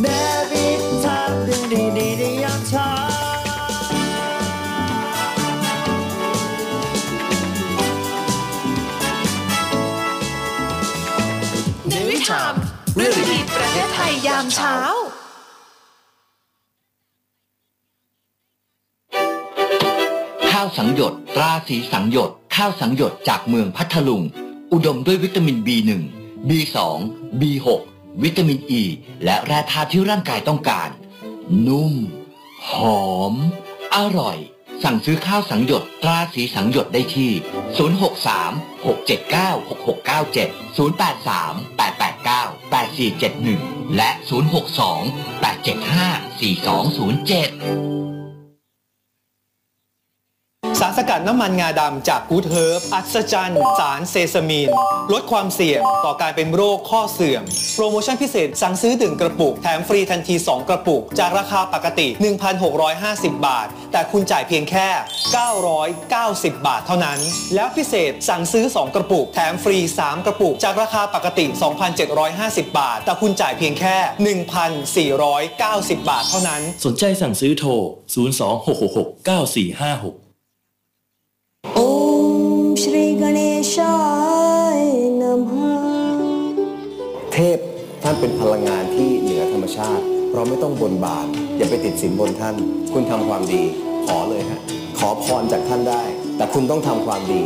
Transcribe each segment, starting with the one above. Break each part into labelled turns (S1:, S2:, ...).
S1: แม้มีทางเรื่องดีๆในยามเช้า
S2: ในวิถามเรื่องดีๆประเทศไทยยามเช้า
S3: ข้าวสังหยดตราสีสังหยด ข้าวสังหยดจากเมืองพัทลุง อุดมด้วยวิตามิน B1 B2 B6 วิตามินอ e, ีและแร่ธาตุที่ร่างกายต้องการ นุ่ม หอม อร่อย สั่งซื้อข้าวสังหยดตราสีสังหยดได้ที่ 063 679 6697 083 889 8471 และ 062 875 4207
S4: สารสกัดน้ำมันงาดำจากกูดเฮิร์บอัศจรรย์ สารเซซามีน ลดความเสี่ยงต่อการเป็นโรคข้อเสื่อม โปรโมชั่นพิเศษสั่งซื้อถึงกระปุก แถมฟรีทันที 2 กระปุก จากราคาปกติ 1,650 บาท แต่คุณจ่ายเพียงแค่ 990 บาทเท่านั้น แล้วพิเศษสั่งซื้อ 2 กระปุก แถมฟรี 3 กระปุก จากราคาปกติ 2,750 บาท แต่คุณจ่ายเพียงแค่ 1,490 บาทเท่านั้น
S5: สนใจสั่งซื้อโทร 026669456
S6: ॐ श्रीगणेशाय नमः
S7: เทพท่านเป็นพลังงานที่เหนือธรรมชาติ เราไม่ต้องบนบานอย่าไปติดสินบนท่าน คุณทำความดี ขอเลยฮะขอพรจากท่านได้ แต่คุณต้องทำความดี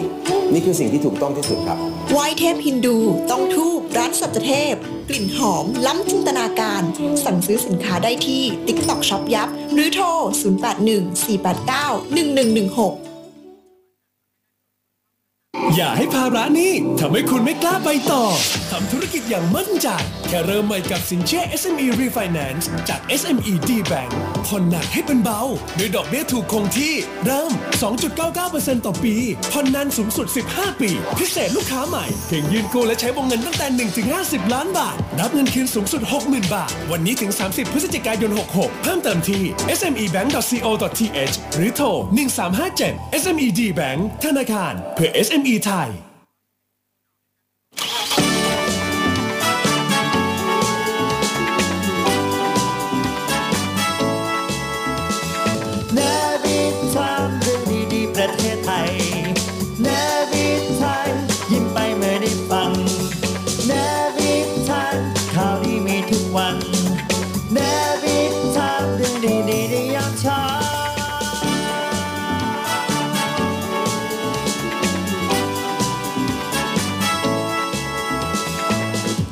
S7: นี่คือสิ่งที่ถูกต้องที่สุดครับ
S8: ไหว้เทพฮินดู ต้องทูบร้านสัจเทพ กลิ่นหอม ล้ำจินตนาการ สั่งซื้อสินค้าได้ที่ TikTok Shop ยับ หรือโทร 0814891116
S9: อย่าให้ภาระหนี้ทำให้คุณไม่กล้าไปต่อ ทำธุรกิจอย่างมั่นใจ แค่เริ่มใหม่กับสินเชื่อ SME Refinance จาก SME D Bank ผ่อนหนักให้เป็นเบาด้วยดอกเบี้ยถูกคงที่ เริ่ม 2.99%ต่อปี ผ่อนนานสูงสุด 15 ปี พิเศษลูกค้าใหม่ เพียงยืนกู้และใช้วงเงินตั้งแต่ 1-50 ล้านบาท รับเงินคืนสูงสุด 60,000 บาท วันนี้ถึง 30 พฤศจิกายน 66 เพิ่มเติมที่ smebank.co.th หรือโทร 1357 SME D Bank ธนาคาร เพื่อ SME ไทย
S1: นวิทามเรื่องดีๆประเทศไทยนวิทานยิ้มไปเมื่อได้ฟังนวิทานข่าวดีมีทุกวันนวิทามเรื่องดีๆในยามเช้า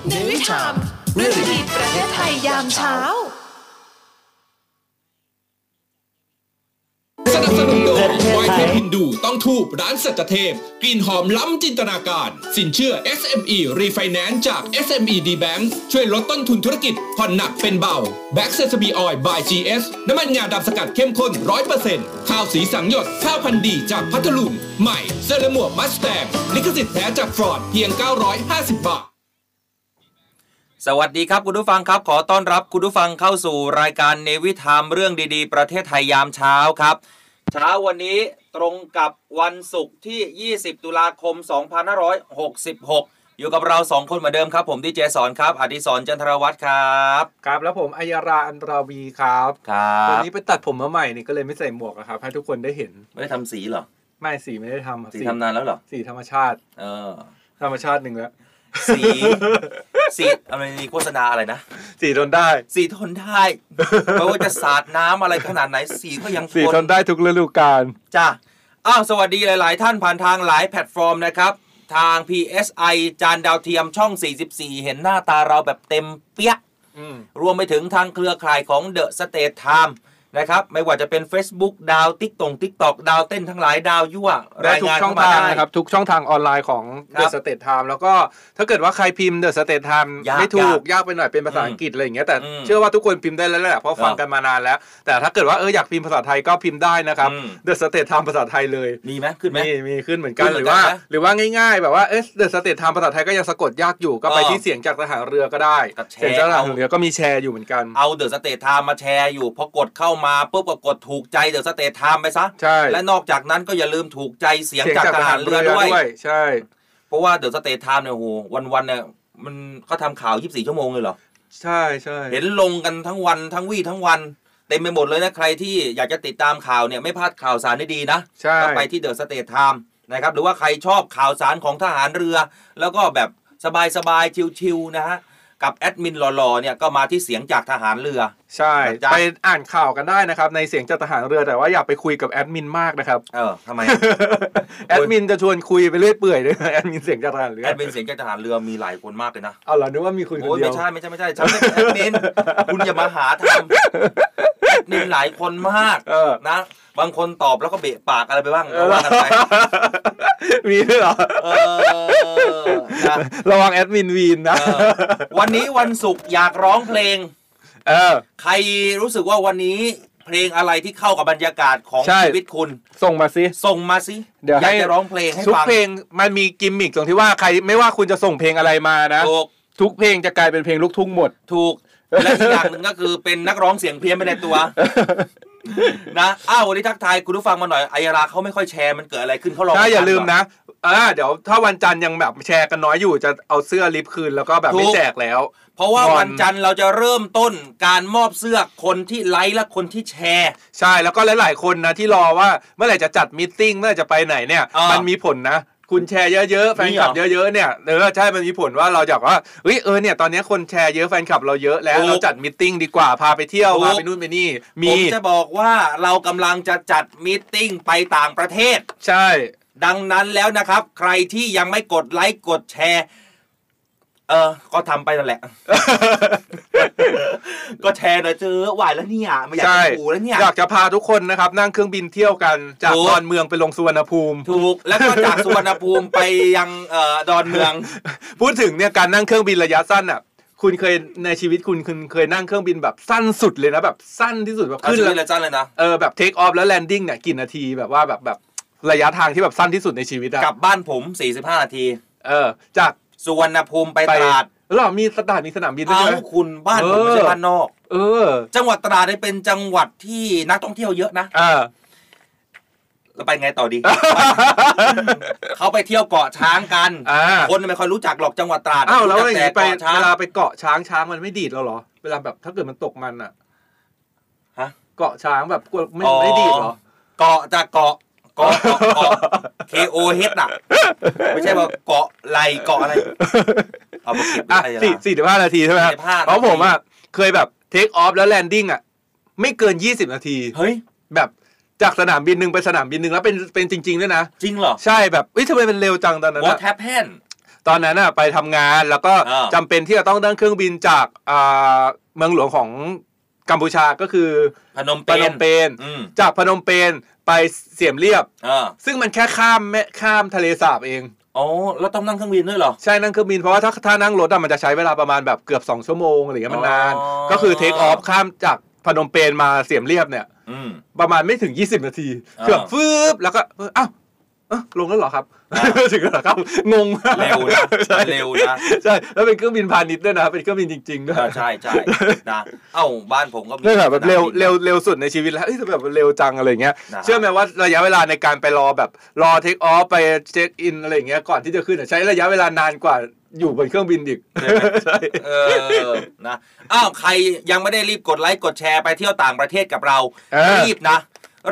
S2: ในวิถามเรื่องดีๆประเทศไทยยามเช้า
S10: สนับสนุนโดยไวเทพฮินดูต้องทูบร้านสัจเทพ กลิ่นหอมล้ำจินตนาการ สินเชื่อ SME Refinance จาก SME D Bank ช่วยลดต้นทุนธุรกิจ ผ่อนหนักเป็นเบา b a c k s e s a m e Oil by GS น้ำมันงาดำสกัดเข้มข้น 100%ข้าวสีสังหยด ข้าวพันธุ์ดีจากพัทลุง ใหม่เซเลมัวมัสแตงลิขสิทธิ์แท้จากฟรอดเพียง 950 บาท
S11: สวัสดีครับคุณผู้ฟังครับ ขอต้อนรับคุณผู้ฟังเข้าสู่รายการเนวิทามเรื่องดีๆ ประเทศไทยยามเช้าครับ เช้าวันนี้ตรงกับวันศุกร์ที่ 20 ตุลาคม 2566 อยู่กับเรา 2 คนเหมือนเดิมครับ ผมดีเจสอนครับอดิศรจันทรวัตรครับ
S12: ครับแล้วผมอัยราอันราวีครับ
S11: ครั
S12: วัน
S11: บ
S12: นี้ไปตัดผมมาใหม่นี่ก็เลยไม่ใส่หมวกนะครับ ให้ทุกคนได้เห็น
S11: ไม่ได้ทำสีเหรอ
S12: ไม่สีไม่ได้ทำครับ
S11: สีทำนานแล้วเหรอ
S12: สีธรรมชาติ
S11: เออ
S12: ธรรมชาติหนึ่งแล้ว
S11: สี สีอะไรนี่โฆษณาอะไรนะ
S12: สีทนได้
S11: สีทนได้ไม่ว่าจะสาดน้ำอะไรขนาดไหนสีก็ยัง ท
S12: สี
S11: น
S12: ทนได้ทุกฤดูกาล
S11: จ้าอ้าว สวัสดีหลาย ๆ ท่านผ่านทางหลายแพลตฟอร์มนะครับ ทาง PSI จานดาวเทียมช่อง 44 เห็นหน้าตาเราแบบเต็มเปี้ยะ
S12: อืม
S11: รวมไปถึงทางเครือข่ายของ The State Time นะครับ ไม่ว่าจะเป็น Facebook ดาวติ๊กตงติ๊กตอกดาวเต้นทั้งหลายดาวยั่ว
S12: ได้
S11: ราย
S12: ทุก
S11: งาน
S12: ช่อ
S11: เข้าง มา
S12: ทาง
S11: ได้
S12: นะครับ ทุกช่องทางออนไลน์ของ
S11: ครั
S12: The
S11: บ
S12: State Time แล้วก็ถ้าเกิดว่าใครพิมพ์ The State Time
S11: ยาก
S12: ไม่ถูก
S11: ยาก
S12: ยากไปหน่อยเป็นภาษาอังกฤษอะไรอย่างเงี้ยแต่
S11: อืม
S12: เชื่อว่าทุกคนพิมพ์ได้แล้วแหละเพราะฟังกันมานานแล้ว แต่ถ้าเกิดว่าเอออยากพิมพ์ภาษาไทยก็พิมพ์ได้นะครับ
S11: อืม
S12: The State Time ภาษาไทยเลย
S11: มีไหมขึ้นไหม
S12: มีมีขึ้นเหมือนกัน
S11: ขึ้นเห
S12: ห
S11: มื
S12: รือ อนว่า
S11: กันนะ
S12: หรือว่าง่ายๆ แบบว่าเอสเดอะสเตททางภาษาไทยก็ยังสะกดยากอยู่ก็ไป
S11: เออ
S12: ที่เสียงจากทหารเรือก็ได้
S11: กับแชร์
S12: เสียงจากทหารเรือก็มีแชร์อยู่เหมือนกัน
S11: เอา The State Time มาแชร์อยู่ พอกดเข้ามาปุ๊บก็กดถูกใจ The State Time ไปซะ
S12: ใช่
S11: และนอกจากนั้นก็อย่าลืมถูกใจเสียงจากทหารเรือด้วย
S12: ใช่
S11: เพราะว่า The State Time เนี่ยโหวัน ๆ เนี่ยมันเขาทำข่าว 24 ชั่วโมงเลยเหรอ
S12: ใช่ใช่
S11: เห็นลงกันทั้งวันทั้งวี่ทั้งวัน เต็มไปหมดเลยนะ ใครที่อยากจะติดตามข่าวเนี่ยไม่พลาดข่าวสารดีๆนะ
S12: ใช่
S11: ก็ไปที่เดอะสเตทไทม์นะครับ หรือว่าใครชอบข่าวสารของทหารเรือ แล้วก็แบบสบายๆชิวๆนะฮะ กับแอดมินหล่อๆเนี่ยก็มาที่เสียงจากทหารเรือ
S12: ใช่ไปอ่านข่าวกันได้นะครับ ในเสียงจากทหารเรือแต่ว่าอย่าไปคุยกับแอดมินมากนะครับ
S11: เออทำไม
S12: แอดมินจะชวนคุยไปเรื่อยเปื่อย ด้วยนะแอดมินเสียงจากทหารเรือ
S11: แอดมินเสียงจากทหารเรือมีหลายคนมากเลยนะ
S12: เอาเหรอนึกว่ามีคุณคน
S11: โอ้ย
S12: เดีย
S11: ไม่
S12: ว
S11: ใช่ไม่ใช่ไม่ใช่ฉันไม่เป็นแอด มิน คุณอย่ามาหาทำแอดมินหลายคนมากนะ บางคนตอบแล้วก็เบะปากอะไรไปบ้างก็ว่ากันไป
S12: มีด้วยเหรอระวังแอดมินวีนนะ
S11: วันนี้วันศุกร์อยากร้องเพลง
S12: เออ
S11: ใครรู้สึกว่าวันนี้เพลงอะไรที่เข้ากับบรรยากาศของ
S12: ใช่
S11: ชีวิตคุณ
S12: ส่งมาสิ
S11: ส่งมาสิ
S12: เดี๋ยว
S11: อยากจะร้องเพลงให้
S12: ทุก
S11: ฟัง
S12: เพลงมันมีกิมมิคตรงที่ว่าใครไม่ว่าคุณจะส่งเพลงอะไรมานะ
S11: ถูก
S12: ทุกเพลงจะกลายเป็นเพลงลูกทุ่งหมด
S11: ถูก และอีกอย่างหนึ่งก็คือเป็นนักร้องเสียงเพี้ยนไปใน ตัว นะอ้าววันนี้ทักทายคุณผู้ฟังมาหน่อยไอายาราเขาไม่ค่อยแชร์มันเกิดอะไรขึ้นเขาลอง
S12: ถ้าอย่า
S11: ฟัง
S12: ลืม
S11: ก่
S12: นะเออเดี๋ยวถ้าวันจันทร์ยังแบบแชร์กันน้อยอยู่จะเอาเสื้อลิฟต์คืนแล้วก็แบบไม่
S11: ถูก
S12: แจกแล้ว
S11: เพราะว่า
S12: บอล
S11: วันจันทร์เราจะเริ่มต้นการมอบเสื้อคนที่ไลค์และคนที่แชร์
S12: ใช่แล้วก็หลาย ๆ คนนะที่รอว่าเมื่อไหร่จะจัดมิทติ้งเมื่อไหร่จะไปไหนเนี่ย
S11: อ่ามั
S12: มันมีผลนะ คุณแชร์เยอะๆแฟนคลับ
S11: นี่เหรอ
S12: เยอะๆเนี่ยเออใช่มันมีผลว่าเราอยากว่าเฮ้ยเออเนี่ยตอนนี้คนแชร์เยอะแฟนคลับเราเยอะแล้ว
S11: ถูก
S12: เราจัดมิทติ้งดีกว่าพาไปเที่ยว
S11: ถูก
S12: พาไปนู่นไปนี่มี
S11: ผมจะบอกว่าเรากำลังจะจัดมีตติ้งไปต่างประเทศ
S12: ใช่
S11: ดังนั้นแล้วนะครับ ใครที่ยังไม่กดไลค์กดแชร์ เออก็ทำไป นั่นแหละ ก็แชร์หน่อยเจอไหวแล้วเนี่ยไม่อยาก
S12: ใช่
S11: จะดูแล้วเนี่ย
S12: อยากจะพาทุกคนนะครับนั่งเครื่องบินเที่ยวกันจาก
S11: ถูก
S12: ดอนเมืองไปลงสุวรรณภูมิ
S11: ถูกแล้วก็จากสุวรรณภูมิไปยังเอ่อดอนเมือง
S12: พูดถึงเนี่ยการนั่งเครื่องบินระยะสั้นอ่ะ คุณเคยในชีวิตคุณคุณเคยนั่งเครื่องบินแบบสั้นสุดเลยนะแบบสั้นที่สุดแบบ
S11: ขึ้น
S12: แล้
S11: เลยจ้าเลยนะ
S12: เออแบบเทคออฟแล้วแลนดิ้งเนี่ยกี่นาทีแบบว่าแบบแบบระยะทางที่แบบสั้นที่สุดในชีวิตอะ
S11: กลับบ้านผม 45 นาที
S12: เออ จาก
S11: สุวรรณภูมิไปตราด
S12: แล้วเหรอมีสถานีสนามบินด้วย
S11: เอ้า
S12: ใช่ไหม
S11: คุณบ้านผมไม่ใช่บ้านนอก
S12: เออ
S11: จังหวัดตราดเนี่ยเป็นจังหวัดที่นักท่องเที่ยวเยอะนะ
S12: เออ
S11: แล้วไปไงต่อดี เขาไปเที่ยวเกาะช้างกัน
S12: อ่า
S11: คนไม่ค่อยรู้จักหรอกจังหวัดตราด
S12: อ้าวแล้ว
S11: รู้
S12: อย่าง
S11: จัก
S12: นี้ไป
S11: ต่เกาะช้าง
S12: เวลาไปเกาะช้างช้างมันไม่ดีดเราเหรอ เวลาแบบถ้าเกิดมันตกมันอ่ะ
S11: ฮะ
S12: เกาะช้างแบบกลัวไม่ไม่ดีดเหรอ
S11: เกาะจากเกาะเกาะเกาะเกาะ K O H อ่ะ ไม่ใช่ว่าเกาะไหลเกาะอะไร เอามาเก็บไว้
S12: อ่ะ
S11: อะไรล่ะ
S12: สี่สี่สิบห้านาทีใช่ไหมครับ
S11: 45
S12: เพราะผมอ่ะเคยแบบเทคออฟแล้วแลนดิ้งอ่ะไม่เกินยี่สิบนาที
S11: เฮ้ย
S12: แบบจากสนามบินหนึ่งไปสนามบินหนึ่งแล้วเป็นเป็นจริงๆด้วยนะ
S11: จริงเหรอ
S12: ใช่แบบเอ้ยทำไมมันเร็วจังตอนนั้นอะ
S11: What happened
S12: ตอนนั้นอ่ะไปทำงานแล้วก็
S11: อ่า
S12: จำเป็นที่จะต้องนั่งเครื่องบินจากอ่าเมืองหลวงของกัมพูชาก็คือ
S11: พนมเป
S12: พ
S11: ญ
S12: นมเปญ
S11: อืม
S12: จากพนมเปญไปเสียมเรียบ
S11: อ่า
S12: ซึ่งมันแค่ข้ามแม่ข้ามทะเลสาบเอง
S11: อ๋อแล้วต้องนั่งเครื่องบินด้วยเหรอ
S12: ใช่นั่งเครื่องบินเพราะว่าถ้าถ้านั่งรถอะมันจะใช้เวลาประมาณแบบเกือบ 2 ชั่วโมงอะไรเงี้ยมันนาน
S11: อ๋อ
S12: ก็คือเทคออฟข้ามจากพนมเปญมาเสียมเรียบเนี่ย
S11: อืม
S12: ประมาณไม่ถึง 20 นาที
S11: อ่า
S12: เกือบฟืบแล้วก็เอออ้าวเอ้าลงแล้วเหรอครับ ถึงแล้วเหรอครับงงมาก
S11: เร็วนะ
S12: ใช่
S11: เร็วนะ
S12: ใช่แล้วเป็นเครื่องบินพาณิชย์ด้วยนะเป็นเครื่องบินจริงๆด้วย
S11: เออใช่ใช่นะเอ้าบ้านผมก็มี
S12: นี่นแหละแบบ
S11: สนาม
S12: เร็ว
S11: บิน
S12: เร็วเร็วสุดในชีวิตแล้วเอ้ยแต่แบบเร็วจังอะไรเงี้ย
S11: นะ
S12: เชื่อไหมว่าระยะเวลาในการไปรอแบบรอเทคออฟไปเช็คอินอะไรเงี้ยก่อนที่จะขึ้นอะใช้ระยะเวลานานกว่าอยู่บนเครื่องบินอีก ใช่
S11: เออนะอ้าวใครยังไม่ได้รีบกดไลค์กดแชร์ไปเที่ยวต่างประเทศกับเรา
S12: เออ
S11: รีบนะ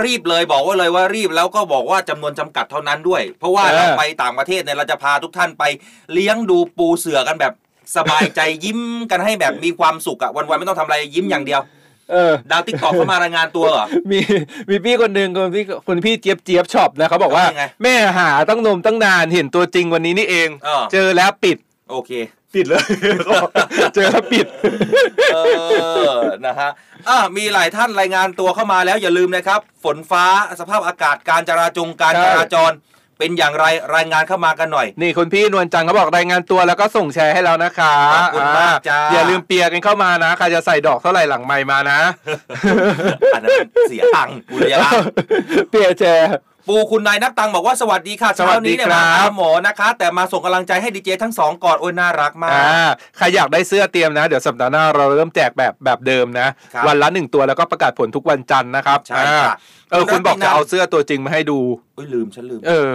S11: รีบเลยบอกไว่าเลยว่ารีบแล้วก็บอกว่าจำนวนจำกัดเท่านั้นด้วย เพราะว่า
S12: เออ
S11: เราไปต่างประเทศเนี่ยเราจะพาทุกท่านไปเลี้ยงดูปูเสือกันแบบสบายใจ ยิ้มกันให้แบบมีความสุขอะวันๆไม่ต้องทำอะไรยิ้มอย่างเดียว
S12: เออ
S11: ดาวติ๊กตอกเข้ามารายงานตัวเหรอ
S12: มีมีพี่คนหนึ่งคนพี่คนพี่เจี๊ยบเจี๊ยบช็อปนะเขาบอกว่า
S11: เป็นไง
S12: แม่หาตั้งนมตั้งนานเห็นตัวจริงวันนี้นี่เอง
S11: เออ
S12: เจอแล้ว ปิด
S11: โอเค
S12: ปิดเลย เขาบอกเจอแล้วปิด
S11: เออ นะฮะอ่ะมีหลายท่านรายงานตัวเข้ามาแล้วอย่าลืมนะครับ ฝนฟ้าสภาพอากาศการจราจงการ
S12: ใช่
S11: จราจร เป็นอย่างไรรายงานเข้ามากันหน่อย
S12: นี่คนพี่นวลจันทร์เขาบอกรายงานตัวแล้วก็ส่งแชร์ให้เรานะคะ
S11: ขอบคุณมากจ้า
S12: อ่อย่าลืมเปียร์กันเข้ามานะใครจะใส่ดอกเท่าไหร่หลังไมค์มานะ
S11: อันนั้นเสียตังค์กุลยาละ
S12: เปียร์แชร์
S11: ปูคุณนายนับตังค์บอกว่าสวัสดีค่ะเช้านี้เนี่ย
S12: สวัสดีครับ
S11: มาหาหมอนะคะ แต่มาส่งกำลังใจให้ดีเจทั้งสองก่อนโอ้ยน่ารักมา
S12: อ่าก ใครอยากได้เสื้อเตรียมนะ เดี๋ยวสัปดาห์หน้าเราเริ่มแจกแบบแบบเดิมนะ
S11: ครับ
S12: วันละหนึ่งตัวแล้วก็ประกาศผลทุกวันจันทร์นะครับ
S11: ใช่ค่ะ
S12: อ่าเออคุณบอก
S11: คุณรัต
S12: จะ
S11: ตินัน
S12: เอาเสื้อตัวจริงมาให้ดู
S11: อุ้ยลืมฉันลืม
S12: เออ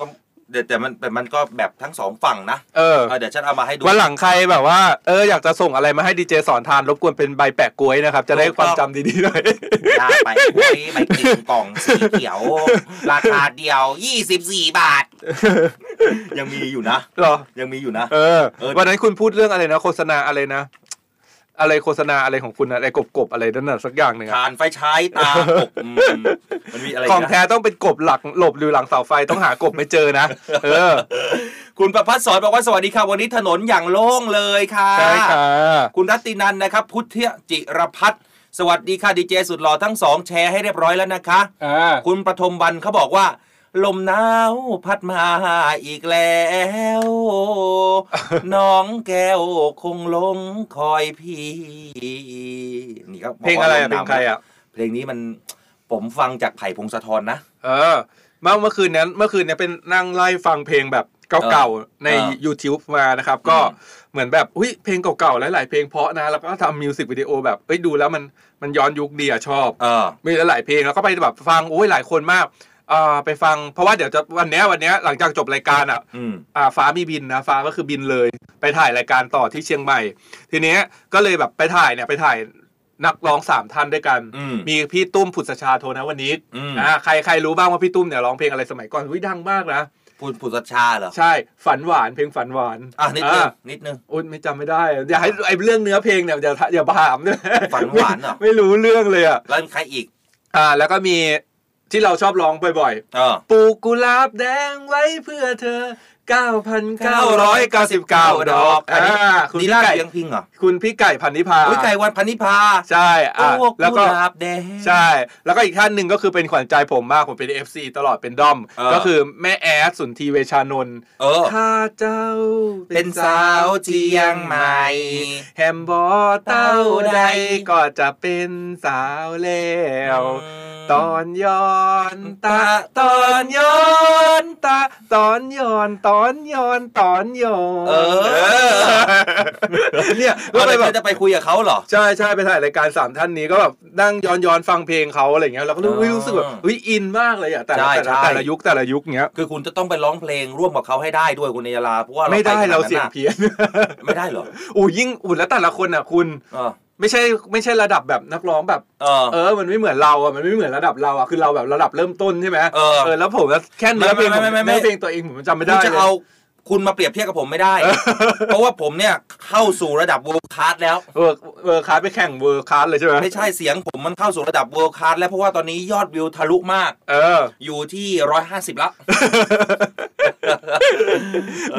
S11: ต้อง เดี๋ยวแต่มันแต่มันก็แบบทั้งสองฝั่งนะ
S12: เออ
S11: เดี๋ยวฉันเอามาให้ดู
S12: วันหลังใครแบบว่าเอออยากจะส่งอะไรมาให้ดีเจสอนทานรบกวนเป็นใบแปะกล้วยนะครับ จะได้ความจำดีๆหน่อย
S11: ได้ไปกล้วยใบกิ่งกล่องสีเขียว ราคาเดียว 24 บาท ยังมีอยู่นะ
S12: หรอ
S11: ยังมีอยู่นะ
S12: เออ
S11: เออ
S12: วันนั้นคุณพูดเรื่องอะไรนะ โฆษณาอะไรนะ อะไรโฆษณาอะไรของคุณนะอะไรกบๆอะไรนั่นน่ะสักอย่างหนึ่งอะ
S11: ทานไฟใช้ตาปกอืมมันมีอะไรก
S12: ข
S11: นะ
S12: องแท้ต้องเป็นกบหลักหลบอยู่หลังเสาไฟต้องหากบไม่เจอนะ เออ
S11: คุณประพัฒน์สอนบอกว่าสวัสดีค่ะวันนี้ถนนอย่างโล่งเลยค่ะ
S12: ใช่ค่ะ
S11: คุณรัตตินันนะครับ พุทธจิรพัฒน์สวัสดีค่ะดีเจสุดหล่อทั้งสองแชร์ให้เรียบร้อยแล้วนะคะ คุณปฐมวันเขาบอกว่า ลมหนาวพัดมาอีกแล้ว น้องแก้วคงลงคอยพี่นี่ก็บกว่า
S12: เพลงอะไรอะ
S11: มหนาว
S12: เพลงใครอะ
S11: เพลงนี้มันผมฟังจากไผ่พงศธรนะ
S12: เออเมื่อเมื่อคืนนั้นเมื่อคืนเนี่ยเป็นนั่งไล่ฟังเพลงแบบเก่าๆใน
S11: เออ
S12: YouTube มานะครับ ก็เหมือนแบบอุ้ยเพลงเก่าๆหลายๆเพลงเพราะนะแล้วก็ทำมิวสิกวิดีโอแบบเอ้ยดูแล้วมันมันย้อนยุคดีอะชอบมีหลายๆเพลงแล้วก็ไปแบบฟังโอ้ยหลายคนมากอ่าไปฟังเพราะว่าเดี๋ยวจะวันเนี้ยวันเนี้ยหลังจากจบรายการอะ
S11: อืม
S12: อ่าฟ้ามีบินนะฟ้าก็คือบินเลย ไปถ่ายรายการต่อที่เชียงใหม่ ทีเนี้ยก็เลยแบบไปถ่ายเนี่ยไปถ่ายนักร้องสามท่านด้วยกัน
S11: อืม
S12: มีพี่ตุ้มผุดสชาโทนะวันนี้
S11: อืม
S12: อ่าใครใครรู้บ้างว่าพี่ตุ้มเนี่ยร้องเพลงอะไรสมัยก่อนวิดังมากนะ
S11: พูดผุดชาเหรอ
S12: ใช่ฝันหวานเพลงฝันหวาน
S11: อ่ะนิดนึง
S12: อ่า
S11: นิดนึง
S12: โอ๊ยไม่จำไม่ได้อย่าให้ไอ้เรื่องเนื้อเพลงเนี่ยอย่าอย่าบามด้วย
S11: ฝันหวานเหรอ
S12: ไม่รู้เรื่องเลยอ่ะ
S11: แล้วมีใครอีก
S12: อ่า แล้วก็มีที่เราชอบร้องบ่อย
S11: เออ
S12: ๆปลูกกุหลาบแดงไว้เพื่อเธอ 9,999 ดอก
S11: อันนี้
S12: อ่าคุณ
S11: ดี
S12: พี่
S11: ล่า
S12: ไก่
S11: เลี้ยงพิงเหรอ
S12: คุณพี่ไก่พันนิพา
S11: อุ้ยไก่วันพันนิพา
S12: ใช่อ่ะ
S11: โอ้
S12: แล้วก็
S11: กุหลาบแดง
S12: ใช่ แล้วก็อีกท่านหนึ่งก็คือเป็นขวัญใจผมมาก ผมเป็น FC ตลอดเป็นด้อม
S11: เออ
S12: ก็คือแม่แอดสุนทรีเวชานนท์
S11: เออ
S12: ข้าเจ้า
S11: เป็นสาวเจียงใหม่
S12: แฮมบอเต้าใดก็จะเป็นสาวแล้ว ตอนย้อนตาตอนย้อนตาตอนย้อนตอนย้อนตอนย้อน
S11: เออ
S12: เนี่ยก็
S11: ก็
S12: ไป
S11: เลย
S12: แบบ
S11: จะไปคุยกับเขาเหรอ
S12: ใช่ใช่ไปถ่ายรายการสามท่านนี้ก็แบบนั่งย้อนย้อนฟังเพลงเขาอะไรเงี้ยเราก็รู้
S11: อ๋อ
S12: รู้สึกแบบอุ้ยอินมากเลยอ่ะแต่ละ
S11: ใช่
S12: แต่ละ
S11: ใช่
S12: แต่ละยุคแต่ละยุคเนี้ย
S11: คือคุณจะต้องไปร้องเพลงร่วมกับเขาให้ได้ด้วยคุณเนยลาเพราะว่า
S12: ไม่ได้
S11: ปขน
S12: เรา
S11: นั้น
S12: เสียง
S11: น่ะ
S12: เพี้ยน
S11: ไม่ได้เหรอ
S12: อู้ยิ่งอุ่นแล้วแต่ละคนอ่ะ คุณ
S11: เออ
S12: ไม่ใช่ไม่ใช่ระดับแบบนักร้องแบบ
S11: เออ
S12: เออ มันไม่เหมือนเราอ่ะ มันไม่เหมือนระดับเราอ่ะ คือเราแบบระดับเริ่มต้นใช่ไหม
S11: เออ
S12: แล้วผมก็แค่เนื้อเพลง
S11: ไม่ไม่ไม่ไม่ไม่
S12: เนื้อเพลงตัวเองผมจำไม่ได้
S11: คุณ
S12: ลย
S11: จะเอาคุณมาเปรียบเทียบกับผมไม่ ได้ เพราะว่าผมเนี่ยเข้าสู่ระดับ world class แล้ว
S12: เวอร์เวอร์คลาสไปแข่งเวอร์คลาสเลยใช่ไหม
S11: ไม่ใช่เสียงผมมันเข้าสู่ระดับ world class แล้วเพราะว่าตอนนี้ยอดวิวทะลุมาก
S12: เออ
S11: อยู่ที่ร้อยห้าสิบละ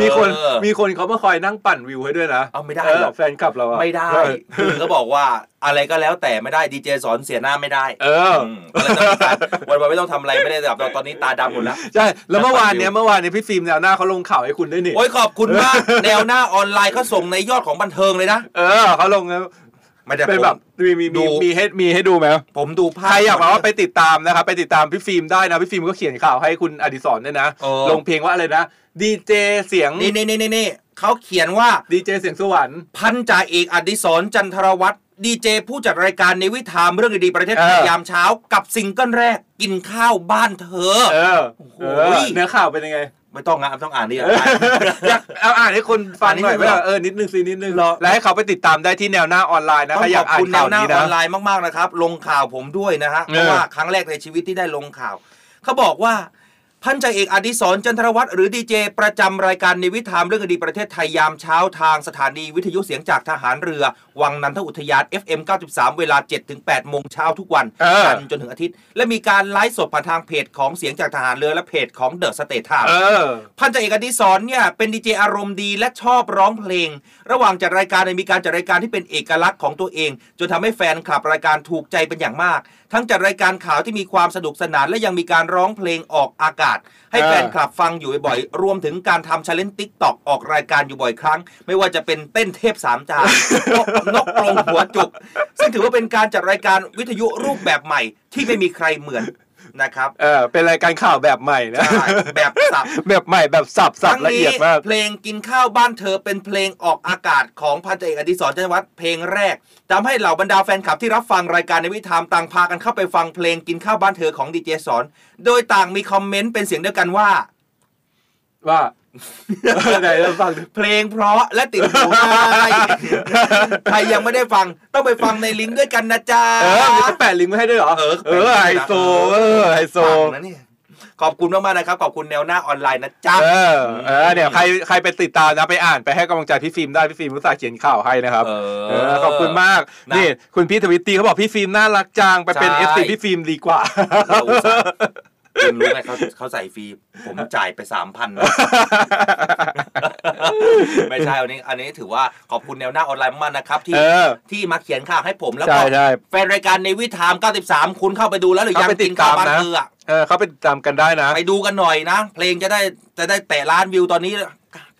S12: มีคน
S11: เออ
S12: มีคนเขามาคอยนั่งปั่นวิวให้ด้วยนะ
S11: เอาไม่ได้หรอก
S12: เแฟนคลับเราอะ
S11: ไม่ได้ คือก็บอกว่าอะไรก็แล้วแต่ไม่ได้ดีเจสอนเสียหน้าไม่ได้
S12: เออ
S11: มก็เลยต้องมีการวันวันๆไม่ต้องทำอะไรไม่ได้แบบตอนนี้ตาดำหมดแล้ว
S12: ใช่แล้วเมื่อวานเนี้ย
S11: ปั่นวิว
S12: เมื่อวานเนี้ยพี่ฟิล์มแนวหน้าเขาลงข่าวให้คุณด้วยนี่
S11: โอ้ยขอบคุณมาก แนวหน้าออนไลน์เขาส่งในยอดของบันเทิงเลยนะ
S12: เออเขาลงแล้ว
S11: ไม่ได้
S12: เป็น
S11: ผม
S12: แบบมีมี
S11: ดู
S12: มีมีให้มีให้ดูไหม
S11: ผมดูภาพ
S12: ใครอยากมาว่าไปติดตามนะครับ ไปติดตามพี่ฟิล์มได้นะพี่ฟิล์มก็เขียนข่าวให้คุณอดิศรด้วยนะ
S11: เออ
S12: ลงเพลงว่าอะไรนะดีเจเสียง
S11: นี่นี่นี่นี่นี่เขาเขียนว่า
S12: ดีเจเสียงสวรรค์
S11: พันจ่าเอกอดิศรจันทรวัตรดีเจผู้จัดรายการในวิถามเรื่องดีๆประเทศไทย
S12: เออ
S11: ยามเช้ากับซิงเกิลแรกกินข้าวบ้านเธอ
S12: เออ
S11: โอ้
S12: เอ
S11: โห
S12: อเนื้อข่าวเป็นยังไง
S11: ไม่ต้องงานต้องอ่านนี่ อ่ะ
S12: อยากเอาอ่านให้คนฟังหน่อย
S11: อันนี้
S12: ไหม
S11: ไม่หรอ
S12: ล่ะเออนิดนึงสินิดนึงและให้เขาไปติดตามได้ที่แนวหน้าออนไลน์นะ
S11: ต้อ
S12: ใครง อ
S11: ข
S12: ยา
S11: อก บ
S12: อ่าน
S11: คุณแน
S12: ข่าว
S11: วหน้า
S12: นี้
S11: อ
S12: นะ
S11: อนไลน์มาก ๆ นะครับ ลงข่าวผมด้วยนะฮะ เพราะ
S12: เออ
S11: ว่าครั้งแรกในชีวิตที่ได้ลงข่าว เขาบอกว่า พันจ่าเอกอดิศรจันทรวัตรหรือดีเจ ประจำรายการในวิถามเรื่องอดีตประเทศไทยยามเช้าทางสถานีวิทยุเสียงจากทหารเรือ วังนันทอุทยาน FM 93 เวลา 7-8โมงเช้าทุกวัน
S12: เออ
S11: จันทร์จนถึงอาทิตย์ และมีการไลฟ์สดผ่านทางเพจของเสียงจากทหารเรือและเพจของเดอะสเตทไทม
S12: เออ
S11: พันจ่าเอกอดิศรเนี่ยเป็นดีเจอารมณ์ดีและชอบร้องเพลง ระหว่างจัดรายการเนี่ยมีการจัดรายการที่เป็นเอกลักษณ์ของตัวเอง จนทำให้แฟนคลับรายการถูกใจเป็นอย่างมาก ทั้งจัดรายการข่าวที่มีความสนุกสนาน และยังมีการร้องเพลงออกอากาศ ให้
S12: เออ
S11: แฟนคลับฟังอยู่บ่อยๆรวมถึงการทำชาเลนจ์ติ๊กตอกออกรายการอยู่บ่อยครั้ง ไม่ว่าจะเป็นเต้นเทพสามจานนกนกกรงหัวจุก ซึ่งถือว่าเป็นการจัดรายการวิทยุรูปแบบใหม่ที่ไม่มีใครเหมือนนะครับ
S12: เออเป็นรายการข่าวแบบใหม่นะ
S11: ใช่แบบสับ
S12: แบบใหม่แบบสับสับละเอียดมาก
S11: ทั้งนี้เพลงกินข้าวบ้านเธอเป็นเพลงออกอากาศของพันจ่าเอกอดิศรจันทวัฒน์เพลงแรกทำให้เหล่าบรรดาแฟนคลับที่รับฟังรายการในวิถีธรรมต่างพากันเข้าไปฟังเพลงกินข้าวบ้านเธอของดีเจสอนโดยต่างมีคอมเมนต์เป็นเสียงเดียวกันว่า
S12: ว่า ไหนเราฟังดิ
S11: เพลงเพราะและติดหูง่ายใครยังไม่ได้ฟังต้องไปฟังในลิงก์ด้วยกันนะจ๊ะ
S12: เออมีเขาแปะลิงก์ไว้ให้ด้วยเหรอ เออ เออไฮโซเออไฮโซ
S11: ฟังนะเนี่ยขอบคุณมากๆนะครับ ขอบคุณแนวหน้าออนไลน์นะจ๊ะ
S12: เออเออเนี่ยใครใครไปติดตามนะไปอ่านไปให้กำลังใจพี่ฟิล์มได้พี่ฟิล์มอุตส่าห์เขียนข่าวให้นะครับเออขอบคุณมากนี่คุณพี่ทวิตตีเขาบอกพี่ฟิล์มน่ารักจังไปเป็น
S11: ใช่
S12: เอฟซีพี่ฟิล์มดีกว่า
S11: เราอุตส่าห์คุณรู้ไหมเขาเขาใส่ฟรีผมจ่ายไปสามพันไม่ใช่อันนี้ อันนี้ถือว่าขอบคุณแนวหน้าออนไลน์มากๆนะครับ ที่
S12: เออ
S11: ที่มาเขียนข่าวให้ผมแล้ว
S12: ใช่
S11: ก็
S12: ใช่
S11: แฟนรายการในวิถาม93 คุณเข้าไปดูแล้วหรือ
S12: เขา
S11: ยัง
S12: ไปติด
S11: กินข้า
S12: ตาว ม
S11: บ้าน
S12: นะ
S11: เกลืออะ
S12: เออเขาไปติดตามกันได้นะ
S11: ไปดูกันหน่อยนะ เพลงจะได้จะได้แตะล้านวิวตอนนี้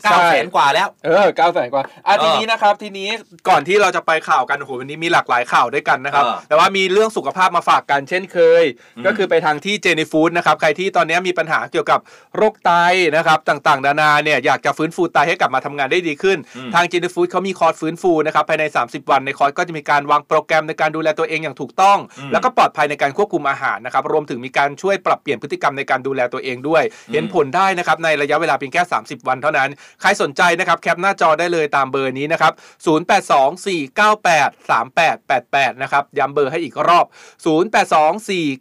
S12: ใช่
S11: เก้าแสนกว่าแล้ว
S12: เออเก้าแสนกว่าอ่ะทีนี้นะครับทีนี้ก่อนที่เราจะไปข่าวกันโอ้โหวันนี้มีหลากหลายข่าวด้วยกันนะครับ
S11: เออ
S12: แต่ว่ามีเรื่องสุขภาพมาฝากกันเช่นเคย
S11: อืม
S12: ก็คือไปทางที่เจนิฟูดนะครับใครที่ตอนนี้มีปัญหาเกี่ยวกับโรคไตนะครับต่างๆ นานาเนี่ยอยากจะฟื้นฟูไตให้กลับมาทำงานได้ดีขึ้น
S11: อืม
S12: ทางเจนิฟูดเขามีคอร์สฟื้นฟูนะครับภายใน 30 วันในคอร์สก็จะมีการวางโปรแกรมในการดูแลตัวเองอย่างถูกต้อง
S11: อืม
S12: แล้วก็ปลอดภัยในการควบคุมอาหารนะครับรวมถึงมีการช่วยปรับเปลี่ยนพฤติกรรมในการดูแลตัวเองด้วย เห็นผลได้นะครับในระยะเวลาเพียงแค่ 30 วันเท่านั้น ใครสนใจนะครับแคปหน้าจอได้เลยตามเบอร์นี้นะครับ 0824983888 นะครับ ย้ำเบอร์ให้อีกรอบ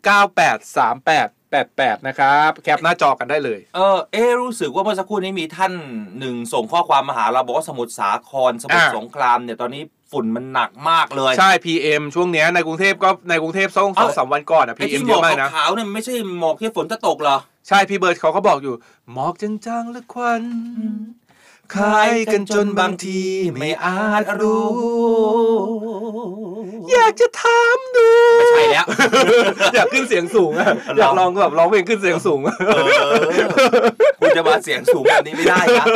S12: 0824983888 นะครับ แคปหน้าจอกันได้เลย
S11: เออเอะรู้สึกว่าเมื่อสักครู่นี้มีท่านหนึ่งส่งข้อความมาหาเราบอกว่าสมุทรสาครสมุทร
S12: อ่า
S11: สงครามเนี่ยตอนนี้ฝุ่นมันหนักมากเลย
S12: ใช่ PM ช่วงเนี้ยในกรุงเทพก็ในกรุงเทพส่งสองสามวันก่อนอะ
S11: ไอ้
S12: PM
S11: ที่ห
S12: เย
S11: มอก
S12: อะมากนะ
S11: ขาวๆเนี่ยมันไม่ใช่หมอกที่ฝนจะตกเหรอ
S12: ใช่ พี่เบิร์ดเขาก็บอกอยู่ หมอกจางๆและควันคล้ายกันจนบางทีไม่อาจรู้ อยากจะถามดู
S11: ไม่ใช่แล้ว
S12: อยากขึ้นเสียงสูงอะอยากลองแบบร้องเพลงขึ้นเสียงสูงอะ
S11: คุณจะมาเสียงสูงแบบนี้ไม่ได้นะ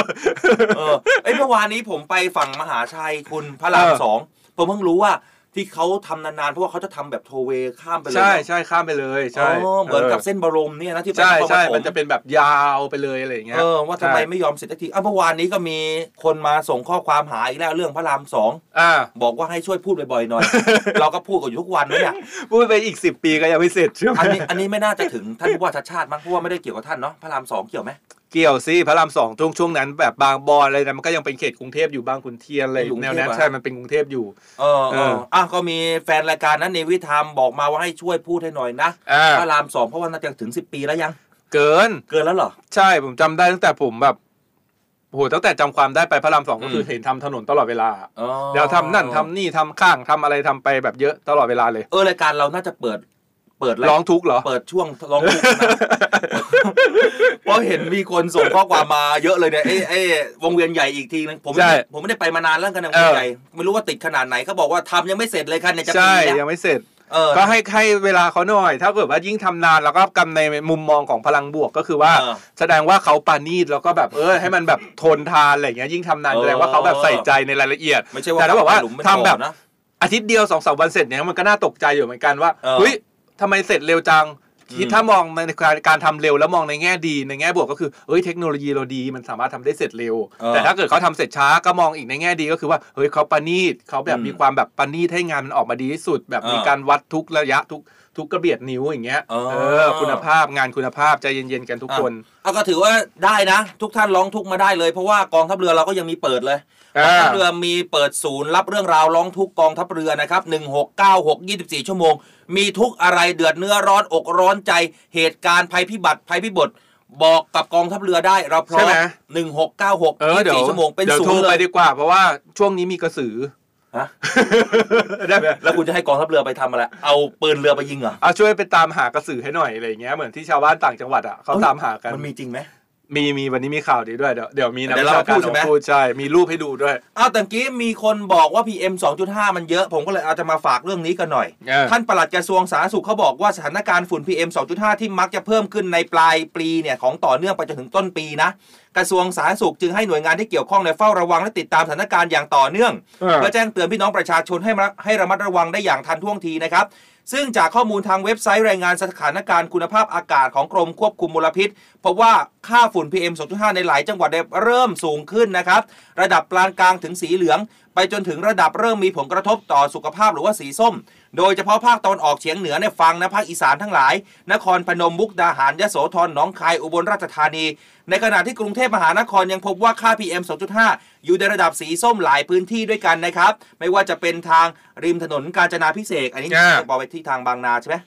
S11: เออไอ้ยเมื่อวานนี้ผมไปฝั่งมหาชัยคุณพระรามสองผมเพิ่งรู้ว่าที่เขาทำนานๆเพราะว่าเขาจะทำแบบโทเวย์ข้ามไปเลย
S12: ใช่
S11: เนอะ
S12: ใช่ข้ามไปเลยใช่
S11: อ๋อเหมือนกับเส้นบรมเนี่ยนะที่ไป
S12: ใช่
S11: นครปฐม
S12: ใช่มันจะเป็นแบบยาวไปเลยอะไรอย่างเงี้ย
S11: เออว่าทำไม
S12: ใช่
S11: ไม่ยอมเสร็จสักทีอ้าวเมื่อวานนี้ก็มีคนมาส่งข้อความหาอีกแล้วเรื่องพระรามสอง
S12: อ่า
S11: บอกว่าให้ช่วยพูดบ่อย ๆหน่อย เราก็พูดกันอยู่ทุกวันนะเนี่ย
S12: พูดไปอีกสิบปีก็ยังไม่เสร็จใช่ไหม
S11: อันนี้อันนี้ไม่น่าจะถึงท่านผู้ว่าชัดชาติมั้งเพราะว่าไม่ได้เกี่ยวกับท่านเนาะพระรามสองเกี่ยวไหม
S12: เกี่ยวสิพระรามสองช่วงช่วงนั้นแบบบางบอนอะไรนะมันก็ยังเป็นเขตกรุงเทพอยู่บางขุนเทียนอะไรอยู่แนวนั้นใช่มันเป็นกรุงเทพอยู่
S11: เออเอ
S12: เอ
S11: อ
S12: อ
S11: อ่ะก็มีแฟนรายการนั้นเนวิธามบอกมาว่าให้ช่วยพูดให้หน่อยนะ
S12: อ่า
S11: พระรามสองเพราะว่าน่าจะถึงสิบปีแล้วยัง
S12: เกิน
S11: เกินแล้วเหรอ
S12: ใช่ผมจำได้ตั้งแต่ผมแบบโหตั้งแต่จำความได้ไปพระรามสองก็คือ
S11: ม
S12: เห็นทำถนนตลอดเวลา
S11: อ๋อ
S12: เดี๋ยวทำนั่นทำนี่ทำข้างทำอะไรทำไปแบบเยอะตลอดเวลาเลย
S11: เออรายการเราน่าจะเปิด เปิดาย
S12: ร้องทุกข์เหรอ
S11: เปิดช่วงร้องทุกข์นะ เพราะเห็นมีคนส่งข้อความมาเยอะเลยเนี่ยไอ้ไอ้วงเวียนใหญ่อีกทีนึงผมไม่
S12: ใช่
S11: ผมไม่ได้ไปมานานแล้วกันนะวงเวียนใหญ่ไม่รู้ว่าติดขนาดไหนเขาบอกว่าทำยังไม่เสร็จเลยค่ะเนี่ยจะปี
S12: ใช่
S11: แล้
S12: ยั
S11: ว
S12: งไม่เสร็จ
S11: เออ
S12: ก็ให้ให้เวลาเขาหน่อย ถ้าเกิดว่ายิ่งทำนานแล้วก็กำในมุมมองของพลังบวกก็คือว่า
S11: เออ
S12: แสดงว่าเขาปานีตแล้วก็แบบเออให้มันแบบทนทานอะไรอย่างเงี้ยยิ่งทำนาน
S11: เออ
S12: แสดงว่าเขาแบบใส่ใจในรายละเอียด
S11: ไม่ใช่ว่า
S12: แต่ถ้าบอกว่า
S11: หลุมไม่
S12: ทำแบบ
S11: พอนะ
S12: อาทิตย์เดียวสองสามวันเสร็จเนี่ยมันก็น่าตกใจอยู่เหมือนกันว่า
S11: เออ
S12: เฮ้ยทำไมเสร็จเร็วจังคิด
S11: อืม
S12: ถ้ามองในการการทำเร็วแล้วมองในแง่ดีในแง่บวกก็คือเอ้ยเทคโนโลยีเราดีมันสามารถทำได้เสร็จเร็ว แต่ถ้าเกิดเขาทำเสร็จช้าก็มองอีกในแง่ดีก็คือว่าเฮ้ยเขาประณีตเขาแบบ
S11: อืม
S12: มีความแบบประณีตให้งานมันออกมาดีที่สุด แบบมี
S11: เออ
S12: การวัดทุกระยะทุกทุกกระเบียดนิ้วอย่างเงี้ย
S11: เออ
S12: เออ คุณภาพงานคุณภาพใจเย็นๆกันทุกคน
S11: เอาก็ถือว่าได้นะ ทุกท่านร้องทุกข์มาได้เลย เพราะว่ากองทัพเรือเราก็ยังมีเปิดเลย
S12: อ่าก
S11: องทัพเรือมีเปิดศูนย์รับเรื่องราวร้องทุกข์กองทัพเรือนะครับ1696 24 ชั่วโมง มีทุกอะไรเดือดเนื้อร้อนอกร้อนใจเหตุการณ์ภัยพิบัติภัยพิบัติบอกกับกองทัพเรือได้เราพร้อ
S12: ใช่
S11: ม
S12: ไหม
S11: 1696
S12: เออเดี๋ยว
S11: 24 ชั่วโมงเป็น
S12: เดี๋ยว
S11: ศู
S12: โทร
S11: นย์
S12: ไป
S11: เลย
S12: ดีกว่าเพราะว่าช่วงนี้มีกระสือ
S11: ฮะ
S12: ได้ไหม
S11: แล้วคุณจะให้กองทัพเรือไปทำอะไร เอาปืนเรือไปยิงเหรอ
S12: เอาช่วยไปตามหากระสือให้หน่อยอะไรอย่างเงี้ยเหมือนที่ชาวบ้านต่างจังหวัดอ่ะเขาตามหากัน
S11: มันมีจริงไหม
S12: มีมีวันนี้มีข่าวดีด้วยเดี๋ยวเดี๋ยวมีนัก
S11: เดี๋ยว
S12: วิ
S11: เรา
S12: ชาการ
S11: พูดใช่ไหม
S12: มาพูดใช่มีรูปให้ดูด้วย
S11: อ้าวแต่เมื่อกี้มีคนบอกว่า PM 2.5 มันเยอะ ผมก็เลยเอาจะมาฝากเรื่องนี้กันหน่อย
S12: เออ
S11: ท่านปลัดกระทรวงสาธารณสุขเขาบอกว่าสถานการณ์ฝุ่น PM 2.5 ที่มักจะเพิ่มขึ้นในปลายปีเนี่ยของต่อเนื่องไปจนถึงต้นปีนะ กระทรวงสาธารณสุขจึงให้หน่วยงานที่เกี่ยวข้องในยเฝ้าระวังและติดตามสถานการณ์อย่างต่อเนื่อง
S12: เออ
S11: เพื่อแจ้งเตือนพี่น้องประชาชนให้ระให้ระมัดระวังได้อย่างทันท่วงทีนะครับ ซึ่งจากข้อมูลทางเว็บไซต์รายงานสถานการณ์คุณภาพอากาศของกรมควบคุมมลพิษพบว่าค่าฝุ่น PM 2.5 ในหลายจังหวัดได้เริ่มสูงขึ้นนะครับ ระดับปานกลางถึงสีเหลือง ไปจนถึงระดับเริ่มมีผลกระทบต่อสุขภาพหรือว่าสีส้ม โดยเฉพาะภาคตอนออกเฉียงเหนือเนี่ยฟังนะภาคอีสานทั้งหลาย นครพนมมุกดาหารยโสธรหนองคายอุบลราชธานี ในขณะที่กรุงเทพมหานครยังพบว่าค่า PM 2.5 อยู่ในระดับสีส้มหลายพื้นที่ด้วยกันนะครับ ไม่ว่าจะเป็นทางริมถนนกาญจนาพิเศษกอันนี้จะบอกไปที่ทางบางนาใช่ไหม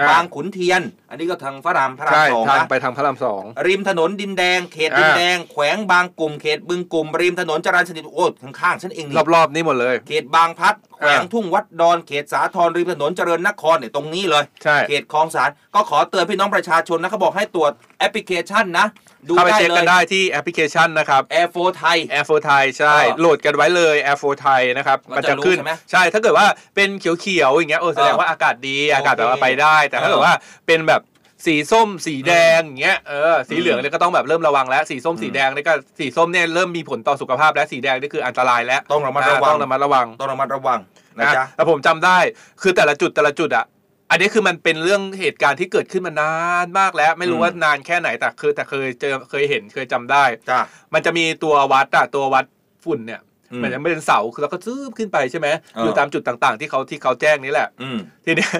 S12: อ่า
S11: บางขุนเทียน อันนี้ก็ทางพระรามพระราม
S12: ใช่
S11: สอง
S12: ทาง
S11: นะ
S12: ไปทางพระรามสอง
S11: ริมถนนดินแดง เขตดินแดง แขวงบางกลุ่ม เขตบึงกลุ่ม ริมถนนจรัญสนิทโอ้ข้างๆฉันเอง
S12: รอบๆนี่หมดเลย
S11: เขตบางพลัด แขวงทุ่งวัดดอน เขตสาทรริมถนนเจริญนครเนี่ยตรงนี้เลย เขตคลองสารก็ขอเตือนพี่น้องประชาชนนะเขาบอกให้ตรวจแอปพลิเคชันนะ ดู
S12: เข้าไป
S11: ได้
S12: เช็ค
S11: เล
S12: กั
S11: ย
S12: นได้ที่แอปพลิเคชันนะครับ
S11: Airfo Thai
S12: Airfo Thai ใช่
S11: เออ
S12: โหลดกันไว้เลย Airfo Thai นะครับ
S11: มันจะรู้
S12: ขึ้น
S11: ใช่ไหม
S12: ใช่ถ้าเกิดว่าเป็นเขียวๆอย่างเงี้ยเออแสดง
S11: เออ
S12: ว่าอากาศดีอากาศ
S11: โอเค
S12: แบบว่าไปได้ แต่ถ้าเกิ
S11: เอ
S12: ด
S11: อ
S12: ว่าเป็นแบบสีส้มสีแดงอย่างเงี้ยเออสีเหลืองเนี่ยก็ต้องแบบเริ่มระวังแล้วสีส้มสีแดงเนี่ยก็สีส้มเนี่ยเริ่มมีผลต่อสุขภาพและสีแดงนี่คืออันตรายแล้ว
S11: ต้องระมัดระวัง
S12: ต้องระมัดระวัง
S11: ต้องระมัดระวังนะ
S12: นะ
S11: จ๊ะ
S12: แล้วผมจำได้คือแต่ละจุดแต่ละจุดอ่ะ อันนี้คือมันเป็นเรื่องเหตุการณ์ที่เกิดขึ้นมานานมากแล้ว ไม่รู้
S11: อืม
S12: ว่านานแค่ไหนแต่คือแต่เคยเจอเคยเห็นเคยจำได้
S11: จ้ะ
S12: มันจะมีตัววัดอะตัววัดฝุ่นเนี่ย
S11: อืม
S12: มันจะเป็นเสาคือแล้วก็ซืบขึ้นไปใช่ไหม
S11: เอ
S12: อ
S11: ออ
S12: ยู่ตามจุดต่างๆ ที่เขาที่เขาแจ้งนี่แหละ
S11: อืม
S12: ทีเนี้ย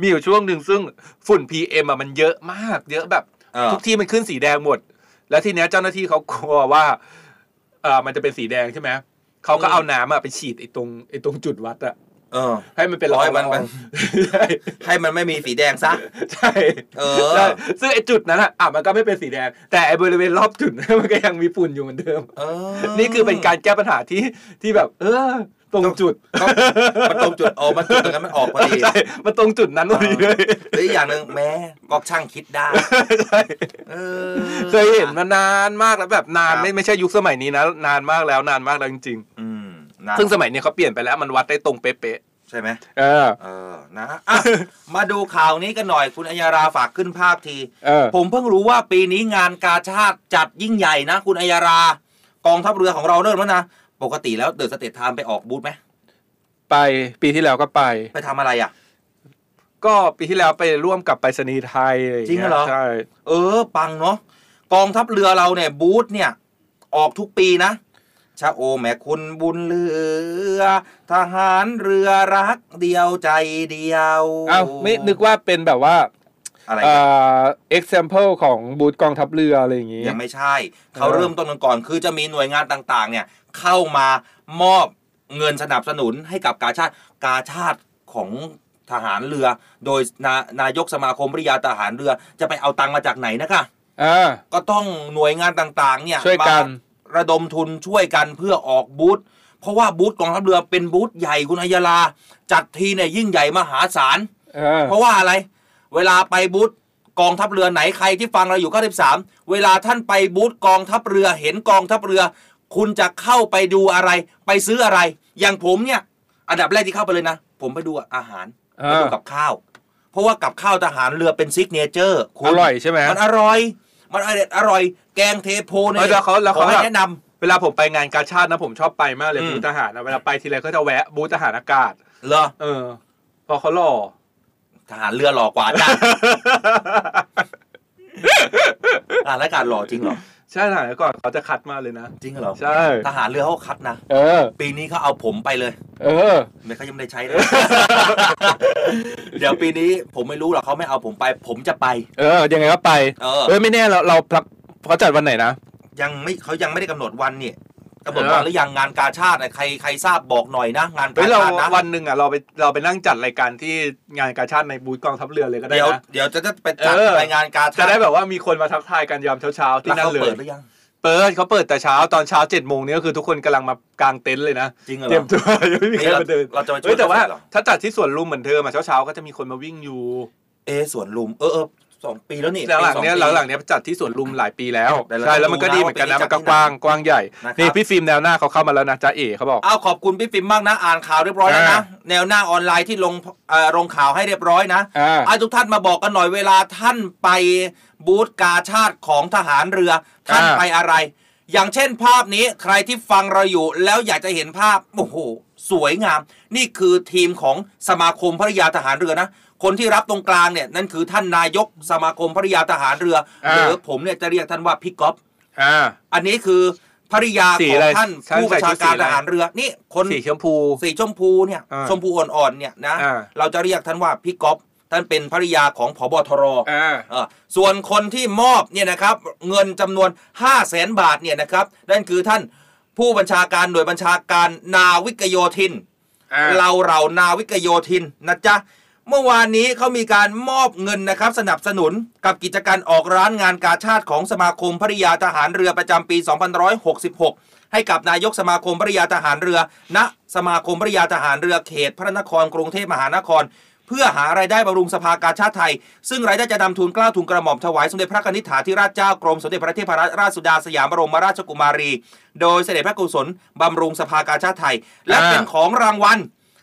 S12: มีอยู่ช่วงหนึ่งซึ่งฝุ่น PM อ่ะมันเยอะมาก เยอะแบบ
S11: เออ
S12: ทุกที่มันขึ้นสีแดงหมด แล้วทีเนี้ยเจ้าหน้าที่เขากลัวว่าเออมันจะเป็นสีแดงใช่ไหมเขาก็
S11: อืม
S12: เอาน้ำอ่ะไปฉีดไอ้ตรงไอ้ตรงจุดวัดอ่ะ
S11: เออ
S12: ให้มันเป็น
S11: ร้อย
S12: ละ
S11: มั
S12: อน ง
S11: มัน ให้มันไม่มีสีแดงซะ
S12: ใช่
S11: เออ
S12: ใช่ซึ่งไอ้จุดนั้นอะอ่ะมันก็ไม่เป็นสีแดง แต่ไอ้บริเวณรอบจุด นั้นมันก็ยังมีฝุ่นอยู่เหมือนเดิม
S11: เออ
S12: นี่คือเป็นการแก้ปัญหาที่ที่แบบ เออ ตรงจุด
S11: มันตรงจุดเอามันจุดตรงนั้นมันออกพอดี
S12: ใช่มันตรงจุดนั้นพอดีเลย
S11: หรืออีกอย่างหนึ่งแม่ก็ช่างคิดได้ เออ
S12: เคยเห็นมานานมากแล้วแบบนาน
S11: ครับ
S12: ไม่ไม่ใช่ยุคสมัยนี้นะนานมากแล้วนานมากแล้วจริง
S11: อืมนะ
S12: ๆ ซึ่งสมัยนี้เขาเปลี่ยนไปแล้วมันวัดได้ตรงเป๊ะ
S11: ใช่ไหม
S12: ๆเออ
S11: เออ นะอ่ะมาดูข่าวนี้กันหน่อยคุณอัญญาราฝากขึ้นภาพที
S12: เออ
S11: ผมเพิ่งรู้ว่าปีนี้งานกาชาติจัดยิ่งใหญ่นะ คุณอัญญารากองทัพเรือของเราเริ่มแล้วนะ ปกติแล้วเดินสเตทไทม์ไปออกบูธไหม
S12: ไปปีที่แล้วก็ไป
S11: ไปทำอะไรอ่ะ
S12: ก็ปีที่แล้วไปร่วมกับไปรษณีย์ไทยะไย่า
S11: จริ
S12: ย
S11: งเหรอ
S12: ใช่
S11: เออ ปังเนาะกองทัพเรือเราเนี่ย บูธเนี่ย ออกทุกปีนะ ชะโอแม่คุณบุญเหลือ ทหารเรือรักเดียวใจเดียว
S12: อ้าวไม่นึกว่าเป็นแบบว่า
S11: อะไร
S12: เอ่
S11: นะ
S12: อ example ของบูธกองทัพเรืออะไรอย่างงี้
S11: ยังไม่ใช่เขา
S12: เออ
S11: เริ่มต้นกันก่อน คือจะมีหน่วยงานต่างๆ เนี่ยเข้ามามอบเงินสนับสนุนให้กับกาชาติกาชาติของทหารเรือ โดยนานายกสมาคมปริยาทหารเรือ จะไปเอาตังค์มาจากไหนนะคะ
S12: อ่า
S11: ก็ต้องหน่วยงานต่างๆ เนี่ย
S12: ช่วยกัน
S11: มาระดมทุนช่วยกันเพื่อออกบูธเพราะว่าบูธกองทัพเรือเป็นบูธใหญ่คุณอัยยาลา จัดทีเนี่ยยิ่งใหญ่มหาศาล
S12: เออ
S11: เพราะว่าอะไร เวลาไปบูธกองทัพเรือไหนใครที่ฟังเราอยู่93เวลาท่านไปบูธกองทัพเรือเห็นกองทัพเรือ คุณจะเข้าไปดูอะไร ไปซื้ออะไร อย่างผมเนี่ย อันดับแรกที่เข้าไปเลยนะ ผมไปดูอาหาร
S12: อ่า
S11: ไปดูกับข้าว เพราะว่ากับข้าวทหารเรือเป็นซิกเนเจอร์คุณ
S12: อร่อยใช่ไหม
S11: มันอร่อย มันอร่อยอร่อย แกงเทโพเนี่
S12: เออยแล้วเขาแล้วเขา
S11: ขอให้
S12: แบบ
S11: แนะนำ
S12: เวลาผมไปงานกาชาตินะผมชอบไปมากเลย
S11: อืม
S12: บูธทหารนะเวลาไปทีไรก็จะแวะบูธทหารอากาศ
S11: เหรอ
S12: เออเพอเขาหล่อ
S11: ทหารเรือหล่อกว่า จ้ะ ทหารอากาศหล่อจริงเหรอ
S12: ใช่ทหารอากาศเขาจะคัดมาเลยนะ
S11: จริงเหรอ
S12: ใช่
S11: ทหารเรือเขาคัดนะ
S12: เออ
S11: ปีนี้เขาเอาผมไปเลย
S12: เออ
S11: ไม่เขายังไม่ได้ใช้ เลย เดี๋ยวปีนี้ผมไม่รู้หรอกเขาไม่เอาผมไป ผมจะไป
S12: เออยังไงก็ไป
S11: เออ
S12: เอ้ยไม่แน่เราเราพลักเขาจัดวันไหนนะ
S11: ยังไม่เขายังไม่ได้กำหนดวันนี่กำหนด
S12: เออ
S11: วันหรือยังงานกาชาตินะใครใครทราบบอกหน่อยนะ งาน
S12: เฮ้
S11: กาย
S12: เรา
S11: ชาตินะ
S12: วันหนึ่งอ่ะเราไปเราไปนั่งจัดรายการที่งานกาชาติในบูธกองทัพเรือเลยก็ได้
S11: เดี๋ยว
S12: นะ
S11: เดี๋ยวจะจะไปจัด
S12: เออ
S11: รายงานกา
S12: จะ
S11: ชาติ
S12: ได้แบบว่ามีคนมาทักทายกันยามเช้าๆที่นั่
S11: แล้วเขา
S12: นเลย
S11: เปิดหรือยัง
S12: เปิดเขาเปิดแต่เช้าตอนเช้าเจ็ดโมงนี้ก็คือทุกคนกำลังมากางเต็นท์เลยนะ
S11: จริงเหรอ
S12: เตรียมตัว ยังไม่มีใครมาเดิน
S11: เราจะไปช่วย
S12: เฮ้ยแต่ว่า
S11: เขาเหรอ
S12: ถ้าจัดที่สวนลุมเหมือนเดิมอ่ะเช้าๆก็จะมีคนมาวิ่งอยู่
S11: เอะสวนลุมเออเออสองปีแล้วนี่
S12: แล้วหลังเนี้ย
S11: ปีสอ
S12: หลั
S11: ปี
S12: งหลังๆเนี้ยจัดที่สวนลุมหลายปีแล้ว
S11: แต่เรา
S12: ใช่แล้วมันก็
S11: ต้องดูนะ
S12: ดีเหมือนกันนะ
S11: ว่า
S12: มันก็
S11: ปีนี้
S12: กว้าง
S11: จัดที่
S12: กว้างใหญ่
S11: นะครับ
S12: นี่พี่ฟิล์มแนวหน้าเขาเข้ามาแล้วนะจ้าเอ๋เขาบอก
S11: เอาขอบคุณพี่ปิมมากนะอ่านข่าวเรียบร้อยแล้วนะ
S12: อ่
S11: แนวหน้าออนไลน์ที่ลงเอ่อลงข่าวให้เรียบร้อยนะ
S12: อ่า
S11: เอาทุกท่านมาบอกกันหน่อยเวลาท่านไปบูธกาชาติของทหารเรือ ท่านไปอะไร อย่างเช่นภาพนี้ใครที่ฟังเราอยู่แล้วอยากจะเห็นภาพโอ้โหสวยงาม นี่คือทีมของสมาคมภริยาทหารเรือนะ คนที่รับตรงกลางเนี่ยนั่นคือท่านนายกสมาคมภริยาทหารเรืออา หรือผมเนี่ยจะเรียกท่านว่าพี่ก๊อฟ
S12: อ่า
S11: อันนี้คือ ภริยา
S12: สี
S11: ของ
S12: อะไร
S11: ท่าน
S12: ท่าน
S11: ผู้
S12: ใส่
S11: บัญ
S12: ชุด
S11: ชาการ
S12: สีอะไร
S11: ทหารเรือนี่คน
S12: สีชมพู
S11: สีชมพูเนี่ย
S12: อ่า
S11: ชมพูอ่อนๆเนี่ยนะ
S12: อ่า
S11: เราจะเรียกท่านว่าพี่ก๊อฟท่านเป็นภริยาของผบทรเออส่วนคนที่มอบเนี่ยนะครับเงินจำนวน 5 0 0แสนบาทเนี่ยนะครับนั่นคือท่านผู้บัญชาการหน่วยบัญชาการนาวิกโยธิน เราเรานาวิกโยธินนะจ๊ะ เมื่อวานนี้เขามีการมอบเงินนะครับสนับสนุนกับกิจการออกร้านงานกาชาติของสมาคมภริยาทหารเรือประจำปี 2566 ให้กับนายกสมาคมภริยาทหารเรือ ณ สมาคมภริยาทหารเรือเขต พระนครกรุงเทพมหานคร เพื่อหารายได้บำรุงสภากาชาติไทย ซึ่งรายได้จะนำทุนเกล้าทุนกระหม่อมถวายสมเด็จพระกนิษฐาธิราชเจ้ากรมสมเด็จพระเทพรัตนราชสุดาสยามบรมราชกุมารี โดยเสด็จพระกุศลบำรุงสภากาชาติไทย และเป็นของรางวัล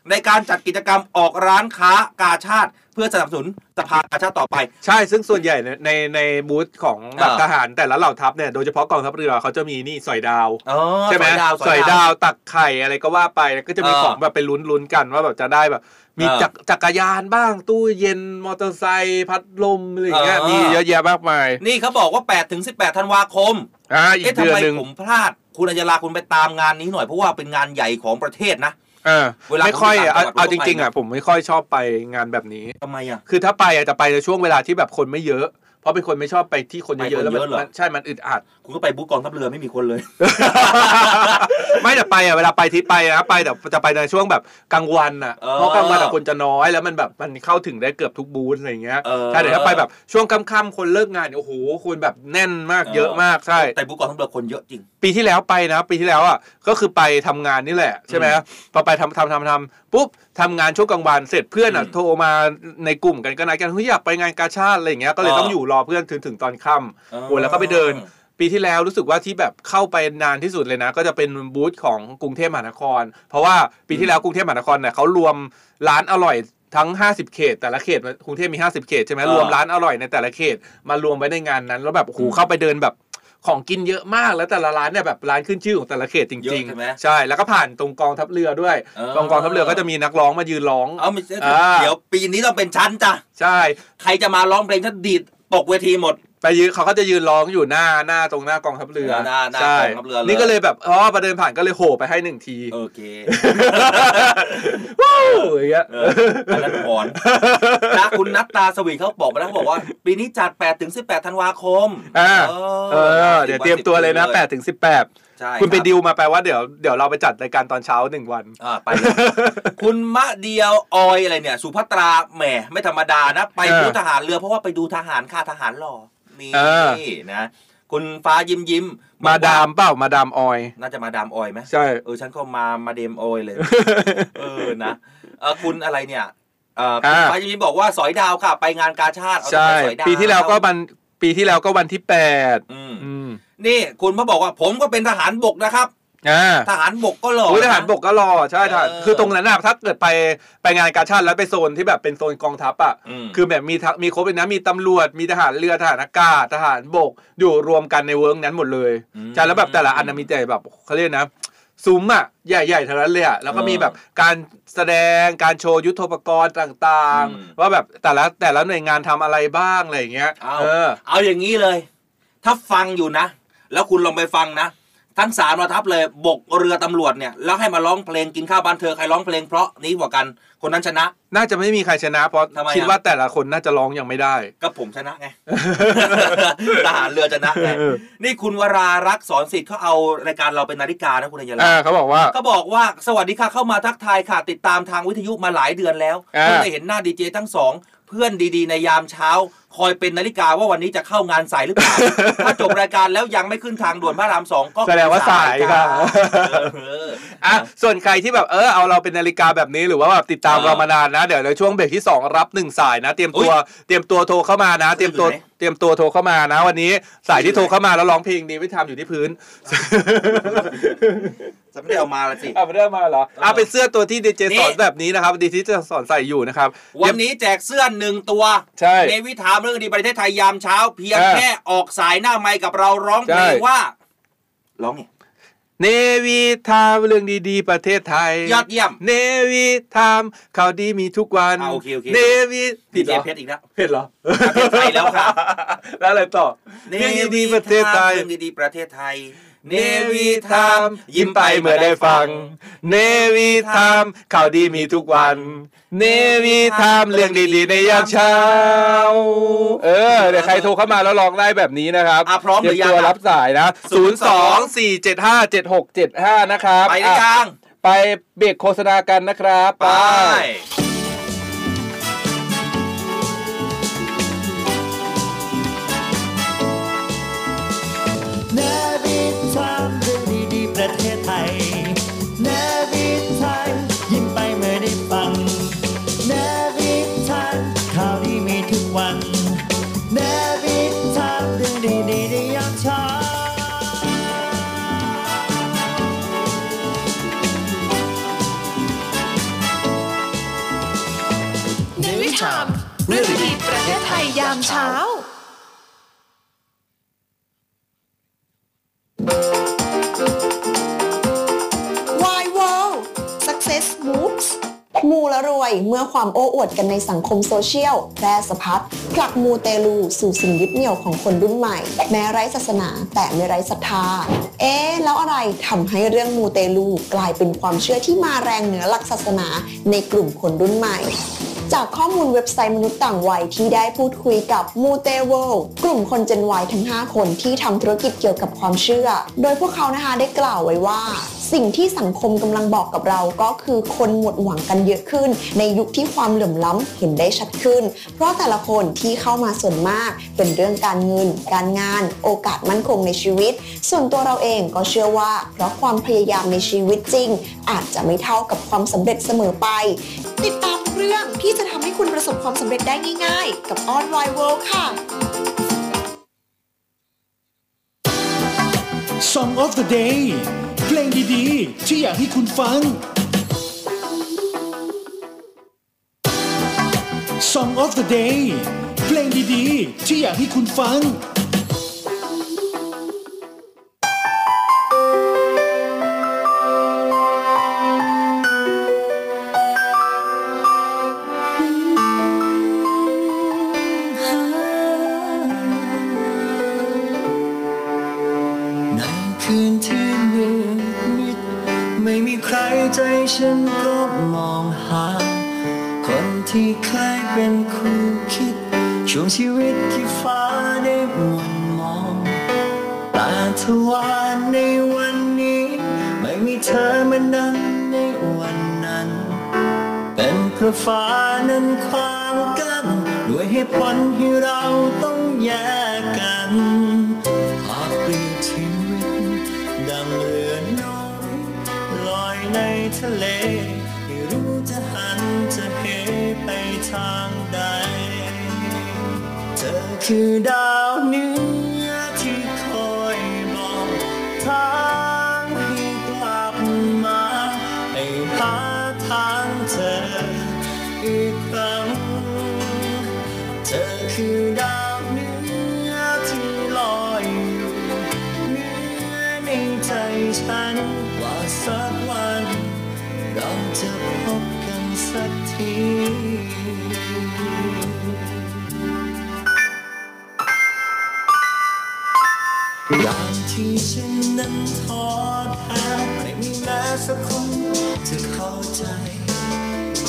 S11: ในการจัดกิจกรรมออกร้านค้ากาชาติเพื่อสนับสนุนสภากาชาติต่อไป
S12: ใช่ซึ่งส่วนใหญ่ในในในบูธของแบบ
S11: เออ
S12: ทหารแต่ละเหล่าทัพเนี่ยโดยเฉพาะกองทัพเรือเขาจะมีนี่สอยดาว
S11: อ๋อ
S12: ใช่ไหม
S11: สอยดาว
S12: ส
S11: ส
S12: อ
S11: อยย
S12: ดา
S11: ดาวว
S12: ตักไข่อะไรก็ว่าไปแล้วก็จะมี
S11: เออ
S12: ของแบบไปลุ้นลุ้นกันว่าแบบจะได้แบบ มี
S11: เออ
S12: จักรจักรยานบ้างตู้เย็นมอเตอร์ไซค์พัดลมอะไรอย่างเงี้ย
S11: เออ
S12: มีเยอะแยะมากมาย
S11: นี่เขาบอกว่า8ถึง18ธันวาคม
S12: อ่าอีก
S11: เอ๊ะ
S12: เดื
S11: ทำ
S12: อน
S11: ไม
S12: หนึ่ง
S11: ผมพลาด คุณอัญญาลาคุณไปตามงานนี้หน่อย เพราะว่าเป็นงานใหญ่ของประเทศนะ
S12: เออ
S11: เวลา
S12: ไม่ค่อยอะ
S11: ผม
S12: เอา
S11: ไปต่า
S12: เอาจ
S11: งจังหวัดผมก็
S12: ริงๆ
S11: ไป
S12: อ่ะ
S11: นะ
S12: ผมไม่ค่อยชอบไปงานแบบนี้
S11: ทำไมอ่ะ
S12: คือถ้าไปอ่ะจะไปในช่วงเวลาที่แบบคนไม่เยอะ เพราะเป็นคนไม่ชอบไปที่คนเยอะๆแล้วมัน
S11: ไปคนเยอะเหรอ
S12: มันใช่มันอึดอัด
S11: คุณก็ไปบูธกองทัพเรือไม่มีคนเลย
S12: ไม่ แต่ไปอ่ะเวลาไปที่ไปนะไปแต่จะไปในช่วงแบบกลางวันอ่ะ
S11: เออ
S12: เพราะกลางวันอ่ะคนจะน้อยแล้วมันแบบมันเข้าถึงได้เกือบทุกบูธอะไรเงี้ย
S11: เออ
S12: ใช่แต่ถ้าไปแบบช่วงค่ำๆคนเลิกงานเนี่ยโอ้โหคนแบบแน่นมากเยอะมากใช่
S11: แต่บูธกองทัพเรือคนเยอะจริ ง
S12: ปีที่แล้วไปนะปีที่แล้วอ่ะก็คือไปทำงานนี่แหละใช่ไหมพอไปทำทำทำทำปุ๊บทำงานช่วงกลางวันเสร็จเพื่อนอ่ะโทรมาในกลุ่มกันก็นัดกันเฮ้ยอยากไปงานกาชาติอะไรอย่างเงี้ยก็เลย
S11: เออ
S12: ต้องอยู่รอเพื่อนถึงถึงตอนค่
S11: เออ
S12: ำโอ้แล้วก็ไปเดิน ปีที่แล้วรู้สึกว่าที่แบบเข้าไปนานที่สุดเลยนะ ก็จะเป็นบูธของกรุงเทพมหานคร เพราะว่าปีที่แล้วกรุงเทพมหานครเนี่ยเขารวมร้านอร่อยทั้ง 50 เขต แต่ละเขตกรุงเทพมี 50 เขตใช่ไหม
S11: เออ
S12: รวมร้านอร่อยในแต่ละเขตมารวมไว้ในงานนั้นแล้วแบบโอ้โหเข้าไปเดินแบบ ของกินเยอะมากแล้วแต่ละร้านเนี่ยแบบร้านขึ้นชื่อของแต่ละเขตจ
S11: เย
S12: ริง
S11: อะใช่ไหม
S12: ๆ ใช่แล้วก็ผ่านตรงกองทัพเรือด้วย
S11: เออ
S12: ตรงกองทัพเรือก็จะมีนักร้องมายืนร้อง
S11: เอาไม่ใช่
S12: อ่า
S11: เดี๋ยวปีนี้ต้องเป็นชั้นจ้ะ
S12: ใช่
S11: ใครจะมาร้องเพลงฉันดีดตกเวทีหมด
S12: ไปยืนเขาก็จะยืนร้องอยู่หน้าหน้าตรงหน้ากองทัพเรือ
S11: หน้าหน้า
S12: ใช่
S11: กองทัพเรือเลย
S12: นี่ก็เลยแบบอ๋อประเดินผ่านก็เลยโหไปให้หนึ่งที
S11: โอเค
S12: วู้อย่างเงี้ย
S11: เอออันนั้นอ่อนนะคุณนัตตาสวีเขาบอกมาแล้วเขาบอกว่า ปีนี้จัด8ถึง18ธันวาคม
S12: อ่า
S11: เอ
S12: เออ เดี๋ยวเตรียมตัวเลยนะ8ถึง
S11: ใช่
S12: 18 คุณไป
S11: รับ
S12: ดิวมาแปลว่าเดี๋ยวเดี๋ยวเราไปจัดรายการตอนเช้าหนึ่งวัน
S11: อ่าไปเลยคุณมะเดียวออยอะไรเนี่ย สุภัตราแหมไม่ธรรมดานะ ไป
S12: เออ
S11: ดูทหารเรือเพราะว่าไปดูทหารค่าทหารหล่อนี่
S12: เออ
S11: นะ คุณฟ้ายิ้มยิ้มบอกว่
S12: มาดามเปล่ามาดามออย
S11: น่าจะ มาดามออยไหม
S12: ใช่
S11: เออฉันก็มามาเดมอ อยเลย เออนะเออคุณอะไรเนี่ยเออ
S12: อ่า
S11: คุณฟ้ายิ้มยิ้มบอกว่าสอยดาวค่ะ ไปงานกาชาติเอา
S12: ใช่
S11: ไปสอยดาว
S12: ปีที่แล้วก็วันปีที่แล้วก็วันที่แปด
S11: อืม
S12: อืม
S11: นี่คุณมาบอกว่าผมก็เป็นทหารบกนะครับ
S12: อ่า
S11: ทหารบกก็หล่อ
S12: โอ้ย
S11: นะ
S12: ทหารบกก็รอใช่ทหาร
S11: เออ
S12: คือตรงนั้นน่ะถ้าเกิดไปไปงานกาชาติแล้วไปโซนที่แบบเป็นโซนกองทัพอ่ะ
S11: อืม
S12: คือแบบมีทะมีครบเลยนะมีตำรวจมีทหารเรือทหารอากาศทหารบกอยู่รวมกันในเวิร์กนั้นหมดเลยใช่แล้วแบบแต่ละอันนะมีแต่แบบเขาเรียกนะซุ้มอ่ะใหญ่ๆทั้งนั้นเลยอ่ะแล้วก็มีแบบการแสดงการโชว์ยุทโธปกรณ์ต่าง
S11: อืม
S12: ๆ ว่าแบบแต่ละแต่ละหน่วยงานทำอะไรบ้างอะไรอย่างเงี้ย
S11: เอา
S12: เออ
S11: เอาอย่างนี้เลย ถ้าฟังอยู่นะ แล้วคุณลองไปฟังนะ ทั้งสามระทับเลยบกเรือตำรวจเนี่ย แล้วให้มาร้องเพลงกินข้าวบ้านเธอใครร้องเพลงเพราะนี้กว่ากัน คนนั้นชนะ
S12: น่าจะไม่มีใครชนะเพราะ
S11: ทำไมอะ
S12: คิดว่าแต่ละคนน่าจะร้องยังไม่ได้
S11: ก็ผมชนะไง ทหารเรือชนะไงนี่คุณวรารักษ์สอนสิทธิ์เขาเอารายการเราเป็นนาฬิกานะคุณอัญญาลักษ
S12: อ่า
S11: ณ์
S12: เขาบอกว่า
S11: ก็บอกว่าสวัสดีค่ะเข้ามาทักทายค่ะ ติดตามทางวิทยุมาหลายเดือนแล้ว
S12: อ่า
S11: เพิ่งได้เห็นหน้าดีเจทั้งสองเพื่อนดีๆ ในยามเช้า คอยเป็นนาฬิกาว่าวันนี้จะเข้างานสายหรือ เปล่า ถ้าจบรายการแล้วยังไม่ขึ้นทางด่วนพระรามสองก็
S12: แสดงว่าสายค่ะ
S11: เออ
S12: อ่ะส่วนใครที่แบบเออเอาเราเป็นนาฬิกาแบบนี้หรือว่าแบบติดตาม
S11: เออ
S12: เรามานานนะเดี๋ยวในช่วงเบรกที่สองรับหนึ่งสายนะ เตรียมตัวเตรียมตัวโทรเข้ามานะ เตรียมตัว
S11: อยู่ไหน
S12: เตรียมตัวโทรเข้ามานะ วันนี้สายที่โทรเข้ามาแล้วร้องเพลงนี้ไม่ทำอยู่ที่พื้น
S11: จะไม่ได้เอามาละสิ
S12: อ่ะไม่ได้มาเหรออ่ะเป็นเสื้อตัวที่ดีเจ
S11: นี่
S12: สอนแบบนี้นะครับดีที่จะสอนใส่อยู่นะครับ
S11: วันนี้แจกเสื้อหนึ่งตัว
S12: ใช่
S11: ในวิถามเรื่องดีประเทศไทยยามเช้า เพียง
S12: เออ
S11: แค่ออกสายหน้าไมค์กับเราร้องเพลง
S12: ใช่
S11: ว่าร้องไง
S12: เนวีทามเรื่องดีๆ ประเทศไทย
S11: ยอดเยี่ยม
S12: เนวีทามข่าวดีมีทุกวัน
S11: อ่ะโอเคโอเค
S12: เนวี
S11: ดี
S12: ผิด
S11: เจ
S12: เหรอ
S11: เพชรอีกแล้ว
S12: ผิดเหรอ
S11: ประเทศไทยแล้วค่ะ
S12: แล้วอะไรต่อเนวีประเทศไทย
S11: เรื่องดีๆประเทศไทย เนวีไทม์ยิ้มไปเมื่อได้ฟัง
S12: เนวีไทม์ข่าวดีมีทุกวัน เนวีไทม์เรื่องดีๆในยามเช้า เออเดี๋ยวใครโทรเข้ามาแล้วลองได้แบบนี้นะครับ
S11: พร้อมหรือยัง
S12: เตตัวรับสายนะ
S11: ศูนย์สอง
S12: 024757675 นะครับ
S11: ไปหรือยัง
S12: อ่ะไปเบรกโฆษณากันนะครับ ไป
S5: นวิทามเรื่องดีๆประเทศไทยนวิทามยิ้มไปเมื่อได้ฟังนวิทามข่าวดีมีทุกวันนวิทามเรื่องดีๆในยามเช้า
S2: ในวิชามเรื่องดีๆประเทศไทยยามเช้า
S8: วาย World Success Moves มูและรวยเมื่อความโอ้อวดกันในสังคมโซเชียลแพร่สะพัดผลักมูเตลูสู่สิ่งยึดเหนี่ยวของคนรุ่นใหม่ แม้ไร้ศาสนาแต่ไม่ไร้ศรัทธา เอ๊ะแล้วอะไรทำให้เรื่องมูเตลูกลายเป็นความเชื่อที่มาแรงเหนือหลักศาสนาในกลุ่มคนรุ่นใหม่ จากข้อมูลเว็บไซต์มนุษย์ต่างวัยที่ได้พูดคุยกับมูเตเวลกลุ่มคนเจนวัยทั้ง 5 คนที่ทำธุรกิจเกี่ยวกับความเชื่อ โดยพวกเขานะคะได้กล่าวไว้ว่า สิ่งที่สังคมกำลังบอกกับเราก็คือคนหมดหวังกันเยอะขึ้น ในยุคที่ความเหลื่อมล้ำเห็นได้ชัดขึ้น เพราะแต่ละคนที่เข้ามาส่วนมาก เป็นเรื่องการเงิน การงาน โอกาสมั่นคงในชีวิต ส่วนตัวเราเองก็เชื่อว่า เพราะความพยายามในชีวิตจริง อาจจะไม่เท่ากับความสำเร็จเสมอไป ติดตามทุกเรื่องที่จะทำให้คุณประสบความสำเร็จได้ง่าย ๆ กับออนไลน์เวิลด์ค่ะ
S13: Song of the Day เพลงดีๆ ที่อยากให้คุณฟัง Song of the Day เพลงดีๆ ที่อยากให้คุณฟัง
S1: ในคืนที่มืดมิดไม่มีใครใจฉันก็มองหา คนที่เคยเป็นคู่คิด ช่วงชีวิตที่ฟ้าได้หมนมองตาทวารในวันนี้ ไม่มีเธอมานั่งในวันนั้น เป็นเพราะฟ้านั้นความกันด้วยเหตุผลที่เราต้องแยกกัน หากเปรียบชีวิตดังเรือน้อยลอยในทะเล ไม่รู้จะหันจะเหไปทางใด เธอคือดาวเหนือที่คอยบอกทางให้กลับมาให้หาทางเธออีกครั้ง เธอคือดาวเหนือที่ลอยอยู่เหนือในใจฉันว่าสักวัน เราจะพบกันสักที ยามที่ฉันนั้นท้อแท้ไม่มีแม้สักคนจะเข้าใจ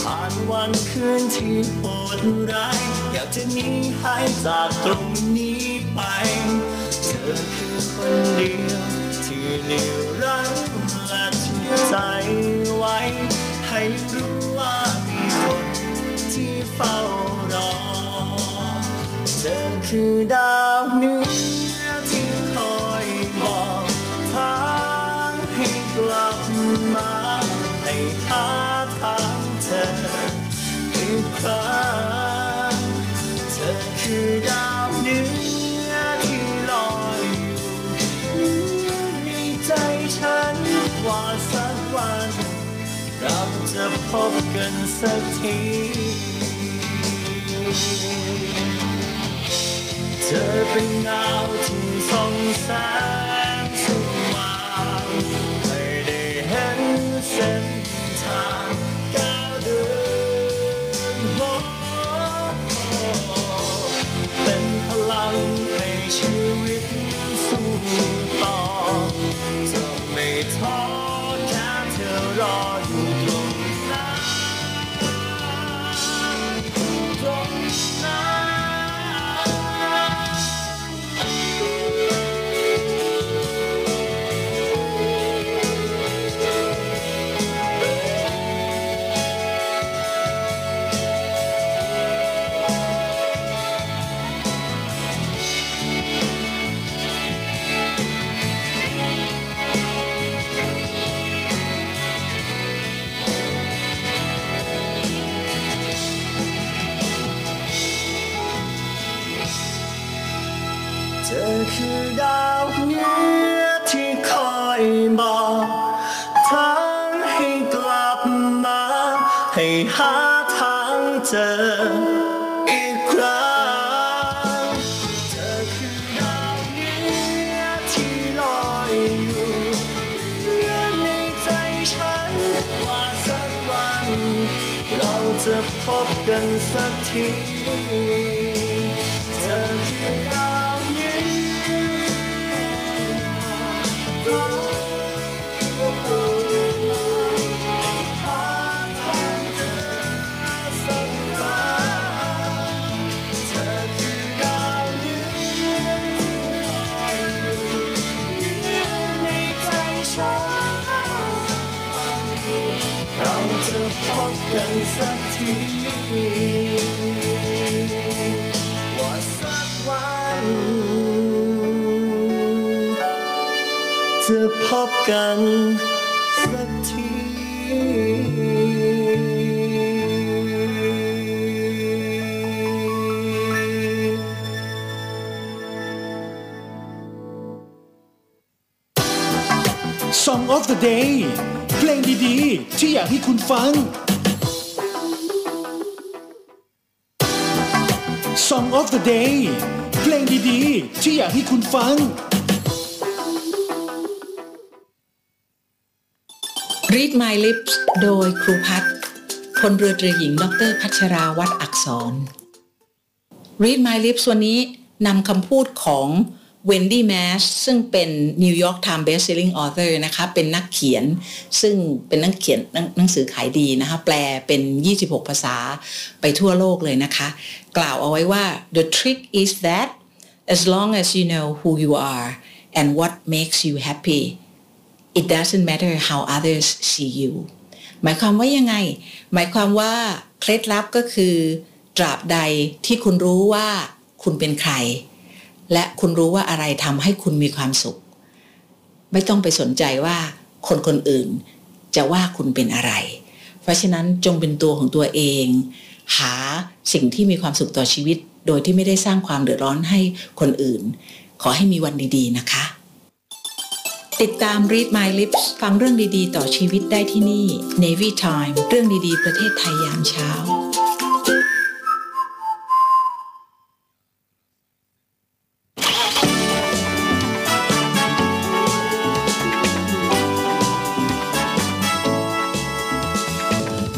S1: ผ่านวันคืนที่โหดร้ายอยากจะหนีหายจากตรงนี้ไป เธอคือคนเดียวที่เหลียวรักและที่ใจไว้ ให้รู้ว่ามีคนที่เฝ้ารอ เธอคือดาวเหนือที่คอยบอกทางให้กลับมาให้หาทางเธออีกครั้งเธอคือดาวเหนือที่ลอยอยู่เหนือในใจฉันว่าสักวัน เราจะพบกันสักที เธอเป็นเงาที่ส่องแสงสว่างให้ได้เห็นเส้นทางก้าวเดินโอ้โหเป็นพลังให้ชีวิตสู้ต่อ
S5: คือดาวเหนือที่คอยบอกทางให้กลับมา ให้หาทางเจออีกครั้ง เธอคือดาวเหนือที่ลอยอยู่เหนือในใจฉันว่าสักวัน เราจะพบกันสักที เธอคือดาวเหนือ เราจะพบกันสักทีว่าสักวันจะพบกันสักที
S9: Song of the Day เพลงดีๆ ที่อยากให้คุณฟัง Song of the Day เพลงดีๆ ที่อยากให้คุณฟัง
S14: Read My Lips โดยครูพัฒน์พลเรือตรีหญิง ดรพัชราวัตรอักษร Read My Lips วันนี้นำคำพูดของ Wendy Mash ซึ่งเป็น New York Times bestselling author นะคะเป็นนักเขียน ซึ่งเป็นนักเขียนหนังหนังสือขายดีนะคะแปลเป็น 26 ภาษาไปทั่วโลกเลยนะคะ กล่าวเอาไว้ว่า the trick is that as long as you know who you are and what makes you happy it doesn't matter how others see you หมายความว่ายังไง หมายความว่าเคล็ดลับก็คือตราบใดที่คุณรู้ว่าคุณเป็นใคร และคุณรู้ว่าอะไรทำให้คุณมีความสุข ไม่ต้องไปสนใจว่าคนคนอื่นจะว่าคุณเป็นอะไร เพราะฉะนั้นจงเป็นตัวของตัวเอง หาสิ่งที่มีความสุขต่อชีวิต โดยที่ไม่ได้สร้างความเดือดร้อนให้คนอื่น ขอให้มีวันดีๆนะคะ ติดตาม Read My Lips ฟังเรื่องดีๆ ต่อชีวิตได้ที่นี่ Navy Time เรื่องดีๆ ประเทศไทยยามเช้า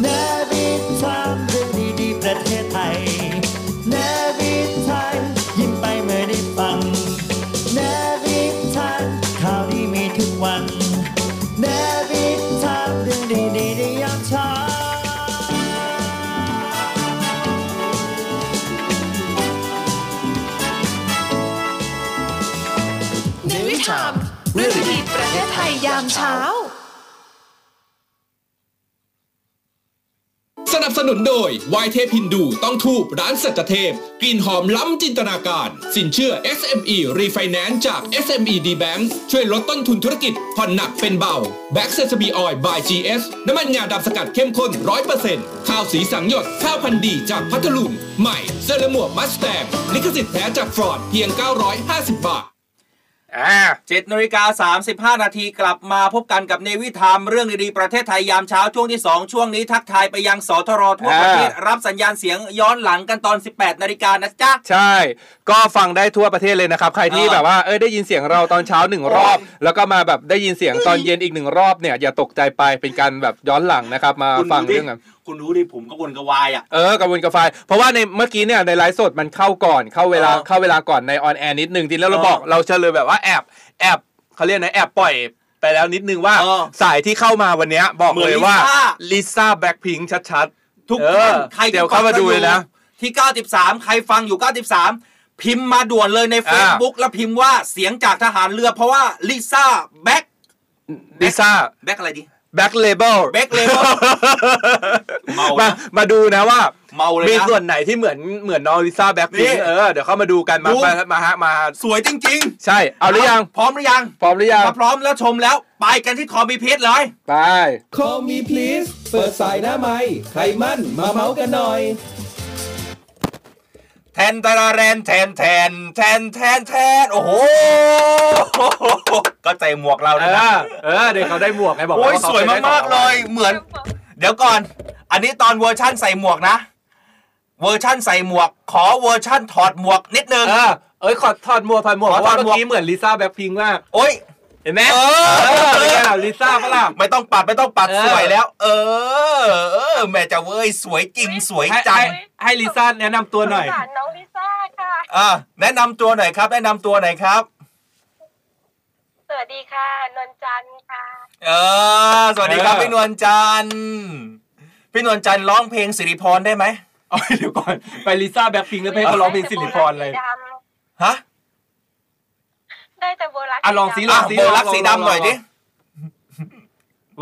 S1: เนวิทามเรื่องดีๆประเทศไทยเนวิทามยิ้มไปเมื่อได้ฟังเนวิทามข่าวดีมีทุกวันเนวิทามเรื่องดีๆในยามเช้า
S2: ในวิถามเรื่องดีๆประเทศไทยยามเช้า
S10: สนับสนุนโดยวายเทพฮินดูต้องทูบร้านสัจเทพ กลิ่นหอมล้ำจินตนาการ สินเชื่อ SME Refinance จาก SME D Bank ช่วยลดต้นทุนธุรกิจ ผ่อนหนักเป็นเบา b a c k s e s a m e Oil by GS น้ำมันงาดำสกัดเข้มข้น 100%ข้าวสีสังหยดข้าวพันธุ์ดีจากพัทลุงใหม่เซรามัวมัสแตงลิขสิทธิ์แท้จากฟรอดเพียง 950 บาท
S11: เจ็ดนาฬิกาสามสิบห้านาทีกลับมาพบกันกับเนวิทามเรื่องดีๆประเทศไทยยามเช้าช่วงที่ 2 ช่วงนี้ทักทายไปยังสทรทั่วประเทศ รับสัญญาณเสียงย้อนหลังกันตอน 18นาฬิกานะจ๊ะ
S12: ใช่ ก็ฟังได้ทั่วประเทศเลยนะครับ ใครที่แบบว่าเอ้ยได้ยินเสียงเราตอนเช้าหนึ่งรอบ แล้วก็มาแบบได้ยินเสียงตอนเย็นอีกหนึ่งรอบเนี่ยอย่าตกใจไปเป็นการแบบย้อนหลังนะครับ มา
S11: คุณ
S12: ฟัง
S11: ดูดิ
S12: เรื่องกัน
S11: คุณรู้ดิผมก็วนกระวายอ่ะ
S12: เออกระวนกระวายเพราะว่าในเมื่อกี้เนี่ยในไลฟ์สดมันเข้าก่อนเข้าเวลา
S11: เออ
S12: เข้าเวลาก่อนในออนแอร์นิดนึงทีแล้วเรา
S11: เออ
S12: บอกเราเฉลยแบบว่าแอบแอบเขาเรียกนะแอบปล่อยไปแล้วนิดนึงว่า
S11: เออ
S12: สายที่เข้ามาวันเนี้ยบอก
S11: เหมือน
S12: เลยว่า
S11: ลิซ่า
S12: ลิซ่าแบล็คพิงค์ชัดๆ
S11: ทุก
S12: เอ
S11: ท่า
S12: อน
S11: ใครที่
S12: เดี๋ยวเข้ามาดูเลยนะ
S11: ที่ 93 ใครฟังอยู่ 93 พิมพ์มาด่วนเลยใน Facebook แล้วพิมพ์ว่าเสียงจากทหารเรือเพราะว่าลิซ่าแบ็ค
S12: ลิซ่า
S11: แบ็คอะไรดี
S12: แบ็คเลเบล
S11: แบ็ค Label
S12: มามาดูนะว่า
S11: เมาเลยนะ
S12: ส่วนไหนที่เหมือนเหมือนน้องลิซ่าแบล็คพิง
S11: นี่
S12: ค์เออเดี๋ยวเข้ามาดูกันมา
S11: ดู
S12: มามาฮะมา
S11: สวยจริง
S12: ใช่เอาหรือยัง
S11: พร้อมหรือยัง
S12: พร้อมหรือยัง
S11: ถ้าพร้อมแล้วชมแล้วไปกันที่คอมีเพชรเลย
S12: ไป
S15: Call me please เปิดสายหน้าไม้ใครมั่นมาเมาส์กันหน่อย
S11: แท นตาราแรนแทนแทนแทนแทนแทนโอ้โหก็ใจหมวกเราด้วยนะ
S12: เออเด็กเขาได้หมวกไงบอกว่า
S11: โอ้ย
S12: เขา
S11: สวย
S12: เคยได้
S11: มาก
S12: ต่อ
S11: ๆเลย เหมือน เดี๋ยวก่อน อันนี้ตอนเวอร์ชั่นใส่หมวกนะ เวอร์ชั่นใส่หมวก ขอเวอร์ชั่นถอดหมวกนิดนึง
S12: เออเอ้ยขอถอดหมวกถอดหมวก
S11: ขอ
S12: เพราะ
S11: ถอ
S12: ว่า
S11: ดหม
S12: เมื่
S11: ว
S12: อก กี้เหมือนลิซ่าแบ็คพิงค์มาก
S11: โอ้ย
S12: เห็นไหม
S11: เออ
S12: เป็นไงล่ะลิซ่าปะล่ะ
S11: ไม่ต้องปัดไม่ต้องปัดสวยแล้ว เออเออแม่จะเว้ยสวยจริงสวยจัง
S12: ให้ลิซ่าแนะนำตัวหน่อย
S16: น้องลิซ่าค่ะ
S11: อ่าแนะนำตัวหน่อยครับ แนะนำตัวหน่อยครับ
S16: สวัสดีค่ะ นนจันทร์ค่ะ
S11: เออ สวัสดีครับ
S12: เออ
S11: พี่นวลจันทร์พี่นวลจันทร์ร้องเพลงสิริพรได้ไหม
S12: ไปลิซ่าแบ็คพิงค์แล้วไปให้เขาร้องเพลงสิริพรเลย
S11: ฮะ
S16: ได้แต่โบราณ
S12: อ่ะลองสิลองสิ
S11: โบลักสีดำหน่อยดิ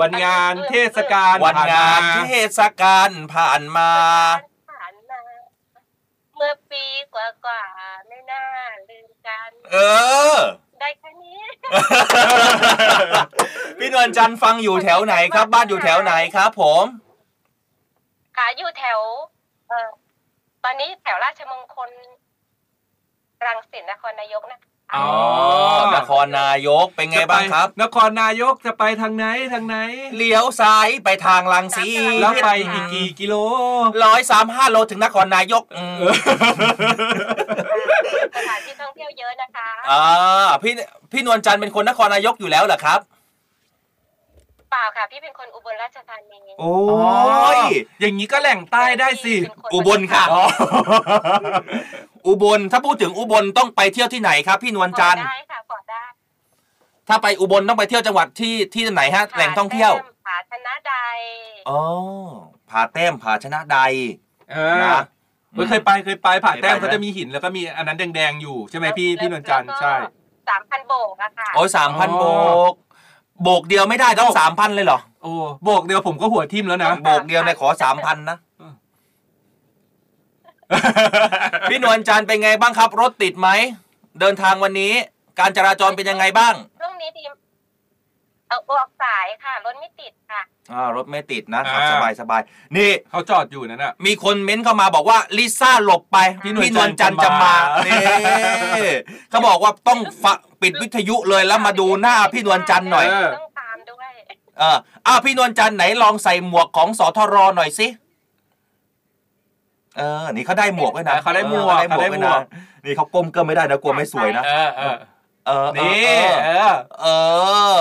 S12: วันงานเทศกาล
S11: วันงาน
S12: ผ่ม
S11: เทศกาลผ่านมา
S16: ผ่านมาเมื่อปีกว่าๆไม่น่าลืมกัน
S11: เออ
S16: ได้แค่นี้
S11: พี่นวลจันทร์ฟังอยู่แถวไหนครับ บ้านอยู่แถวไหนครับผม
S16: ค่ะอยู่แถว เออตอนนี้แถวราชมงคล รังสิตนครนายกนะ
S11: อ๋อนครนายกเป็นไงบ้างครับ
S12: นครนายกจะไปทางไหนทางไหน
S11: เลี้ยวซ้ายไปทางลังสี
S12: แล้วไปอีกกี่กิโล
S11: ร้อยสามห้าโลถึงนครนายก อืม
S16: สถานที่ท่องเที่ยวเยอะนะคะ
S11: อ่าพี่พี่นวลจันทร์เป็นคนนครนายกอยู่แล้วเหรอครับ
S16: เปล่าค่ะ พี่เป็นคนอุบลราชธานี
S12: โอ้ยอย่างนี้ก็แหล่งใต้ได้สิ
S11: อุบลค่ะ อุบลถ้าพูดถึงอุบลต้องไปเที่ยวที่ไหนครับ พี่นวลจันทร์
S16: ได้ค่ะขอได้
S11: ถ้าไปอุบลต้องไปเที่ยวจังหวัดที่ที่ไหนฮะแหล่งท่องเที่ยว
S16: ผาชนะใด
S11: อ๋อผาแต้มผาชนะใด
S12: เออ
S11: นะ
S12: เฮ้ยเคยไปเคยไปผ่าแต้ม
S11: เคยไป
S12: เขาจะมีหินแล้วก็มีอันนั้นแดงๆอยู่ใช่ไหมพี่พี่นวลจันทร์ใช่
S16: สามพันโบกอะค่ะ
S11: โอ้ยสามพันโบก โบกเดียวไม่ได้ต้องสามพันเลยเหรอ
S12: โอ้โบกเดียวผมก็หัวทิ่มแล้วนะ
S11: โบกเดียวเนี่ยขอสามพันนะ พี่นวลจันทร์เป็นไงบ้างครับ รถติดไหม เดินทางวันนี้ การจราจรเป็นยังไงบ้าง
S16: เรื่องนี้ดีเอาออกสายค่ะรถไม่ติดค่ะ
S11: อ่ารถไม่ติดนะครับ
S12: อ่า
S11: สบายสบายนี่
S12: เขาจอดอยู่นั่นน่ะ
S11: มีคนเม้นเข้ามาบอกว่าลิซ่าหลบไป
S12: พี่นวล
S11: พี่นวลจันทร์
S12: จั
S11: จะ
S12: นทร์
S11: มา
S12: จะมา
S11: เนี่เขาบอกว่าต้อง ฟะปิดวิทยุเลยแล้วมาดูหน้าพี่นวลจันทร์หน่อย
S16: ต้องตามด้วย
S11: เอออ่าพี่นวลจันทร์ไหนลองใส่หมวกของสทรหน่อยสิเออนี่เขาได้หมวกด้วยนะ
S12: เขาได้หมวก
S11: เออเขาได้หมวกด้วยนะ นี่เขาก้มก็ไม่ได้นะกลัวไม่สวยนะ
S12: เออเออ
S11: เออเออ
S12: นี่เออ
S11: เออ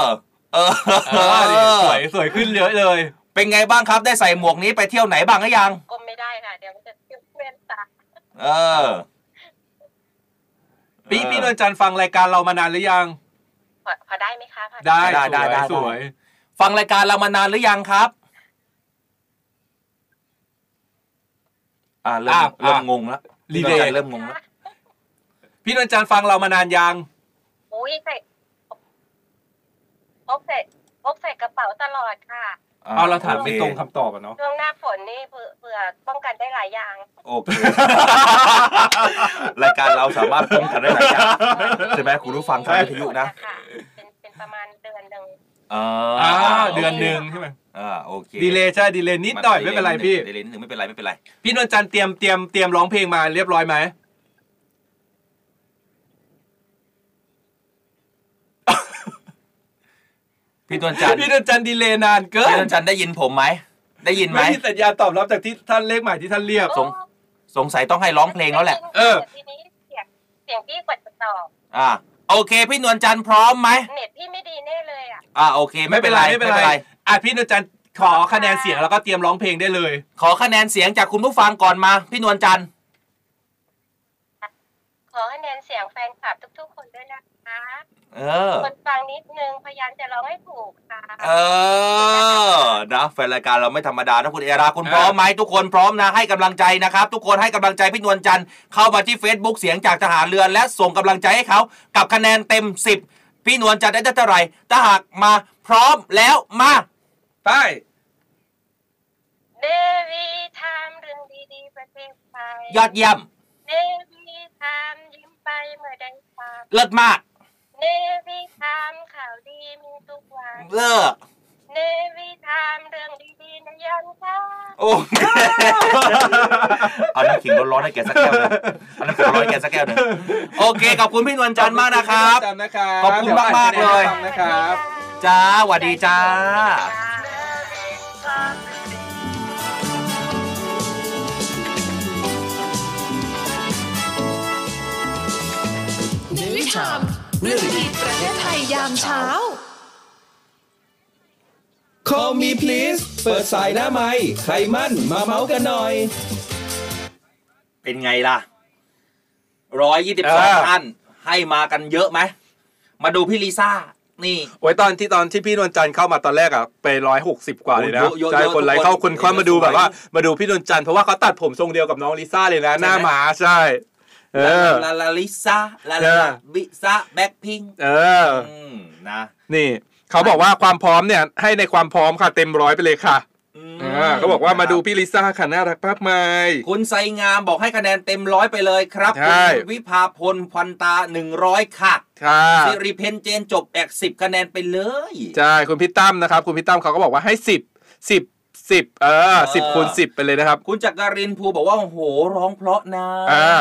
S11: เออ
S12: เออนี่สวยสวยขึ้นเยอะเลย
S11: เป็นไงบ้างครับ ได้ใส่หมวกนี้ไปเที่ยวไหนบ้างหรือยัง
S16: กลมไม่ได้ค่ะ เดี๋ยวมันจะเพื่อนตา
S11: เออ
S12: พี่พี่นวลจันทร์ฟังรายการเรามานานหรือยัง
S16: พอพอได้ไหมคะพอ
S12: ได้
S11: ได้ได้ได้
S12: สวย
S11: ฟังรายการเรามานานหรือยังครับ อ่าเริ่มเริ่มงงแล้ว
S12: รีเลย์
S11: เริ่มงงแล้ว
S12: พี่นวลจันทร์ฟังเรามานานยัง
S16: อุ้ยใส่พกใส่พกใส่กระเป๋าตลอดค่ะ
S12: เอาเราถามไม่ตรงคำตอบอ่ะเนาะ
S16: ช่วงหน้าฝนนี่เผื่อเผื่อป้องกันได้หลายอย่าง
S11: โอเค รายการเราสามารถป้องกันได้หลายอย่างใช่ไหมคุณผู้ฟังทางวิทยุนะ
S16: ค่ะ เป็นเป็นประมาณเดือนหนึ่ง
S11: อ่า
S12: อ่าเดือนหนึ่งใช่ไหม
S11: อ่าโอเค
S12: ดีเลย์ใช่ดีเลย์นิดหน่อยไม่เป็นไรพี่
S11: ดีเลยนิดหนึ่งไม่เป็นไรไม่เป็นไร
S12: พี่นวลจันทร์เตรียมเตรียมเตรียมร้องเพลงมาเรียบร้อยไหม
S11: พี่นวลจันทร์
S12: พี่นวลจันทร์ดีเลย์นานเกิน
S11: พี่นวลจันทร์ได้ยินผมไหม ได้ยินไหม
S12: ไม่มีสัญญาณตอบรับจากที่ท่านเลขหมายที่ท่านเรียก
S11: สงสงสัยต้องให้ร้องเพลงแล้วแหละ
S12: เออ
S16: ทีนี้เสียงเสียงพี่กดจะตอบ
S11: อ่า โอเค พี่นวลจันทร์พร้อมไหม
S16: เน็ตพี่ไม่ดีแน่เลยอ่ะ
S11: อ่าโอเค ไม่
S12: ไม่
S11: เป็
S12: เป็น
S11: น
S12: ไร
S11: ไร
S12: ไม่เป็นไรอ่ะพี่นวลจันทร์ขอคะแนนเสียงแล้วก็เตรียมร้องเพลงได้เลย
S11: ขอคะแนนเสียงจากคุณผู้ฟังก่อนมา พี่นวลจันทร์
S16: ขอคะแนนเสียงแฟนคลับทุกๆ คนด้วยนะคะ
S11: เออ
S16: คนฟังนิดนึงพยายามจะร้องให้ถูกค่ะ
S11: เออ นะแฟนรายการเราไม่ธรรมดานะคุณเอราคุณพร้อมไหมทุกคนพร้อมนะให้กำลังใจนะครับ ทุกคนให้กำลังใจพี่นวลจันทร์เข้ามาที่ Facebook เสียงจากทหารเรือและส่งกำลังใจให้เขากับคะแนนเต็ม 10 พี่นวลจันทร์ได้เท่าไหร่ถ้าหากมาพร้อมแล้วมา
S12: ไป
S16: เดวีทามเรื่องดีๆประเทศไทย
S11: ยอดเยี่ยม
S16: เดวีทามยิ้มไปเมื่อได้ฟัง
S11: เลิศมาก
S16: เดวีทามข่าวดีมีทุกวัน
S11: เลิศ
S16: เนวิทามเรื่องดีๆในยามเช้า
S11: โอ้ เอาน้ำขิงร้อนๆให้แกสักแก้วหนึงเอาน้ำขิงร้อนๆให้แกสักแก้วหนึงโอเคขอบคุณพี่นวลจันทร์มากนะครับ ขอบคุณมากมากๆเลยจ้าหวัดดีจ้า
S2: เนวิทามเรื่องดีๆประเทศไทยยามเช้า
S15: Call me please เปิดสายหน้าไม้ใครมั่นมาเมาส์กันหน่อย
S11: เป็นไงล่ะร้อยยี่สิบสองท่านให้มากันเยอะไหม มาดูพี่ลิซ่า นี่
S12: โอ้ยตอนที่ตอนที่พี่นวลจันทร์เข้ามาตอนแรกอะไปร้อยหกสิบกว่าเลยนะ
S11: โอ้ยเยอะ
S12: ใช่
S11: เยอะ
S12: คนไลค์
S11: ทุกคน
S12: เข้าคนเข้ามาดูแบบว่า
S11: สวย
S12: มาดูพี่นวลจันทร์เพราะว่าเขาตัดผมทรงเดียวกับน้องลิซ่าเลยนะ หน้าหมาใช่ เออ
S11: ลาลาลิซ่าลา
S12: เออ
S11: ลาบิซ่าแบ็คพิง
S12: เออ
S11: นะ
S12: นี่เขาบอกว่าความพร้อมเนี่ย ให้ในความพร้อมค่ะเต็มร้อยไปเลยค่ะเออเขาบอกว่ามาดูพี่ลิซ่าค่ะน่ารักมากมาย
S11: คุณไซงามบอกให้คะแนนเต็มร้อยไปเลยครับ
S12: ใช่
S11: คุณวิภาพลพันตา 100 ค่ะ
S12: ค่ะ
S11: สิริเพนเจนจบแอกสิบคะแนนไปเลย
S12: ใช่คุณพี่ตั้มนะครับ คุณพี่ตั้มเขาก็บอกว่าให้สิบสิบสิบเออสิบคูณสิบไปเลยนะครับ
S11: คุณจักรินภูบอกว่า โอ้โห ร้องเพราะนะ
S12: อ่า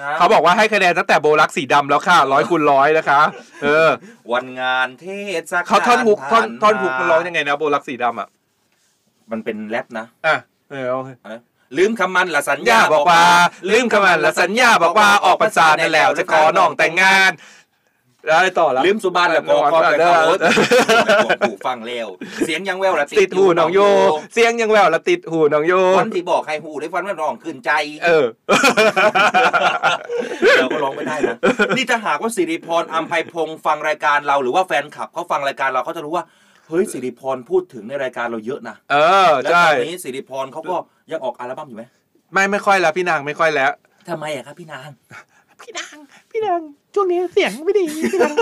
S11: นะ
S12: เขาบอกว่าให้คะแนนตั้งแต่โบลักสีดำแล้วค่ะร้อยคูณร้อยนะคะ เออ
S11: วันงานเทศกาล
S12: เขาท่อนฮุกท่อนท่อนฮุกมันร้องยัง งไงนะโบลักสีดำอ่ะ
S11: มันเป็นแรปนะ
S12: อ่ะเออโอเค
S11: ะลืมคำมันละสัญญา
S12: ย่าบอกว่า ลืมคำมันและสัญญาบอกว่าออกพรรษานั่นแล้วจะขอน้องแต่งงานแล้วอะไรต่อละ
S11: ลืมสุบานและพอพอแต่ขอรถผูฟังเร็ว เสียงยังแววละ
S12: ติดหูน้องโย เสียงยังแววละติดหูน้องโย
S11: วันที่บอกให้หูได้ฟันว่าร้องขึ้นใจ
S12: เออ
S11: เราก็ร้องไม่ได้นะ นี่ถ้าหากว่าสิริพรอัมไพพงศ์ฟังรายการเราหรือว่าแฟนคลับเขาฟังรายการเราเขาจะรู้ว่า เฮ้ยสิริพรพูดถึงในรายการเราเยอะนะ
S12: เออใช่
S11: แล้วตอนนี้สิริพรเขาก็ยังออกอัลบั้มอยู่ไหม
S12: ไม่ไม่ค่อยแล้วพี่นางไม่ค่อยแล้ว
S11: ทำไมอะครับพี่นาง
S17: พี่นางช่วงนี้เสียงไม่ดีพี่นาง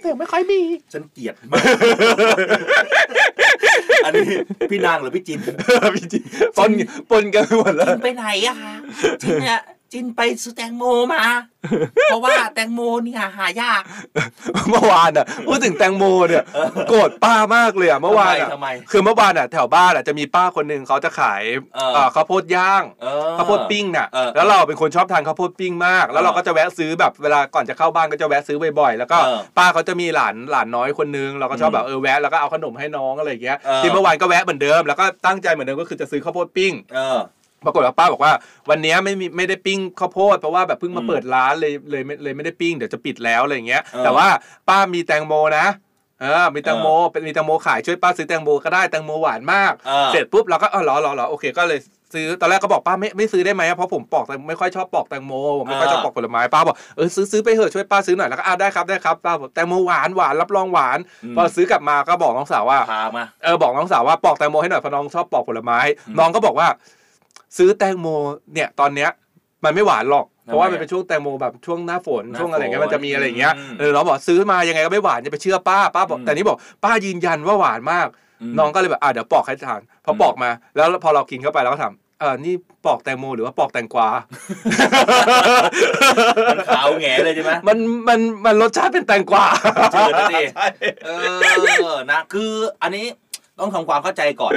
S17: เสียงไม่ค่อยมี
S11: ฉันเกลียดมาก อันนี้พี่นางหรือพี่ จิน
S12: พี่จินปนปนกันหมดแล้ว
S11: จินไปไหนอะคะจินเนี่ยจินไปซื้อแตงโมมา เพราะว่าแตงโมเนี่ยหายาก
S12: เมื่อวานอ่ะพูดถึงแตงโมเนี่ยโกรธป้ามากเลยอ่ะเมื่อวานอ่ะ
S11: ทำไมทำไม
S12: คือเมื่อวานอ่ะแถวบ้านอ่ะจะมีป้าคนหนึ่งเขาจะขาย
S11: เออ
S12: เอ่อข้าวโพดย่างข้าวโพดปิ้งน่ะ
S11: เออ
S12: แล้วเราเป็นคนชอบทานข้าวโพดปิ้งมาก แล้วเราก็จะแวะซื้อแบบเวลาก่อนจะเข้าบ้านก็จะแวะซื้อบ่อยๆแล้วก็
S11: เออ
S12: ป้าเขาจะมีหลานหลานน้อยคนนึงเราก็ชอบแบบเออแวะแล้วก็เอาขนมให้น้องอะไรอย่างเงี้ย
S11: เออ
S12: ที่เมื่อวานก็แวะเหมือนเดิมแล้วก็ตั้งใจเหมือนเดิมก็คือจะซื้อข้าวโพดปิ้ง
S11: เออ
S12: ปรากฏว่าป้าบอกว่าวันเนี้ยไม่มีไม่ได้ปิ้งข้าวโพดเพราะว่าแบบเพิ่งมา
S11: อืม
S12: เปิดร้านเลยเลยไม่เลยไม่ได้ปิ้งเดี๋ยวจะปิดแล้วอะไรอย่างเงี้ย
S11: เออ
S12: แต่ว่าป้ามีแตงโมนะเออมีแตงโมเป็นมีแตงโมขายช่วยป้าซื้อแตงโมก็ได้แตงโมหวานมาก
S11: เออ
S12: เสร็จปุ๊บเราก็เออเหรอเหรอเหรอโอเคก็เลยซื้อตอนแรกก็บอกป้าไม่ไม่ซื้อได้ไหมอะเพราะผมปอกแตงไม่ค่อยชอบปอกแตงโมผมไม่ค่อยชอบปอกผลไม้ป้าบอกเออซื้อซื้อไปเถอะช่วยป้าซื้อหน่อยแล้วก็อ่าได้ครับได้ครับป้าบอกแตงโมหวานหวานรับรองหวาน พอซื้อกลับมาก็บอกน้องสาวว่า
S11: พามา
S12: เออบอกน้องสาวว่าปอกแตงโมให้หน่อยเพราะน้องชอบปอกผลไม้ น้องก็บอกว่า ซื้อแตงโมเนี่ยตอนเนี้ย มันไม่หวานหรอก เพราะว่ามันเป็นช่วงแตงโมแบบช่วงหน้าฝน
S11: หน้า
S12: ช่วงอะไรเงี้ย
S11: ฝน
S12: มันจะมีอะไรเงี้ย
S11: อืม
S12: เออเราบอกซื้อมายังไงก็ไม่หวานอย่าไปเชื่อป้าป้าบอกแต่นี่บอกป้ายืนยันว่าหวานมาก น้องก็เลยแบบอ่ะเดี๋ยวปอกให้ทานพอปอกมา แล้วพอเรากินเข้าไปเราก็ถามเออนี่ปอกแตงโมหรือว่าปอกแตงกวา
S11: มันขาวแหงเลยใช่ไหม
S12: มันมันมันรสชาติเป็นแตงกวา
S11: เจอแล้วดิเออ นะ คืออันนี้ต้องทำความเข้าใจก่อน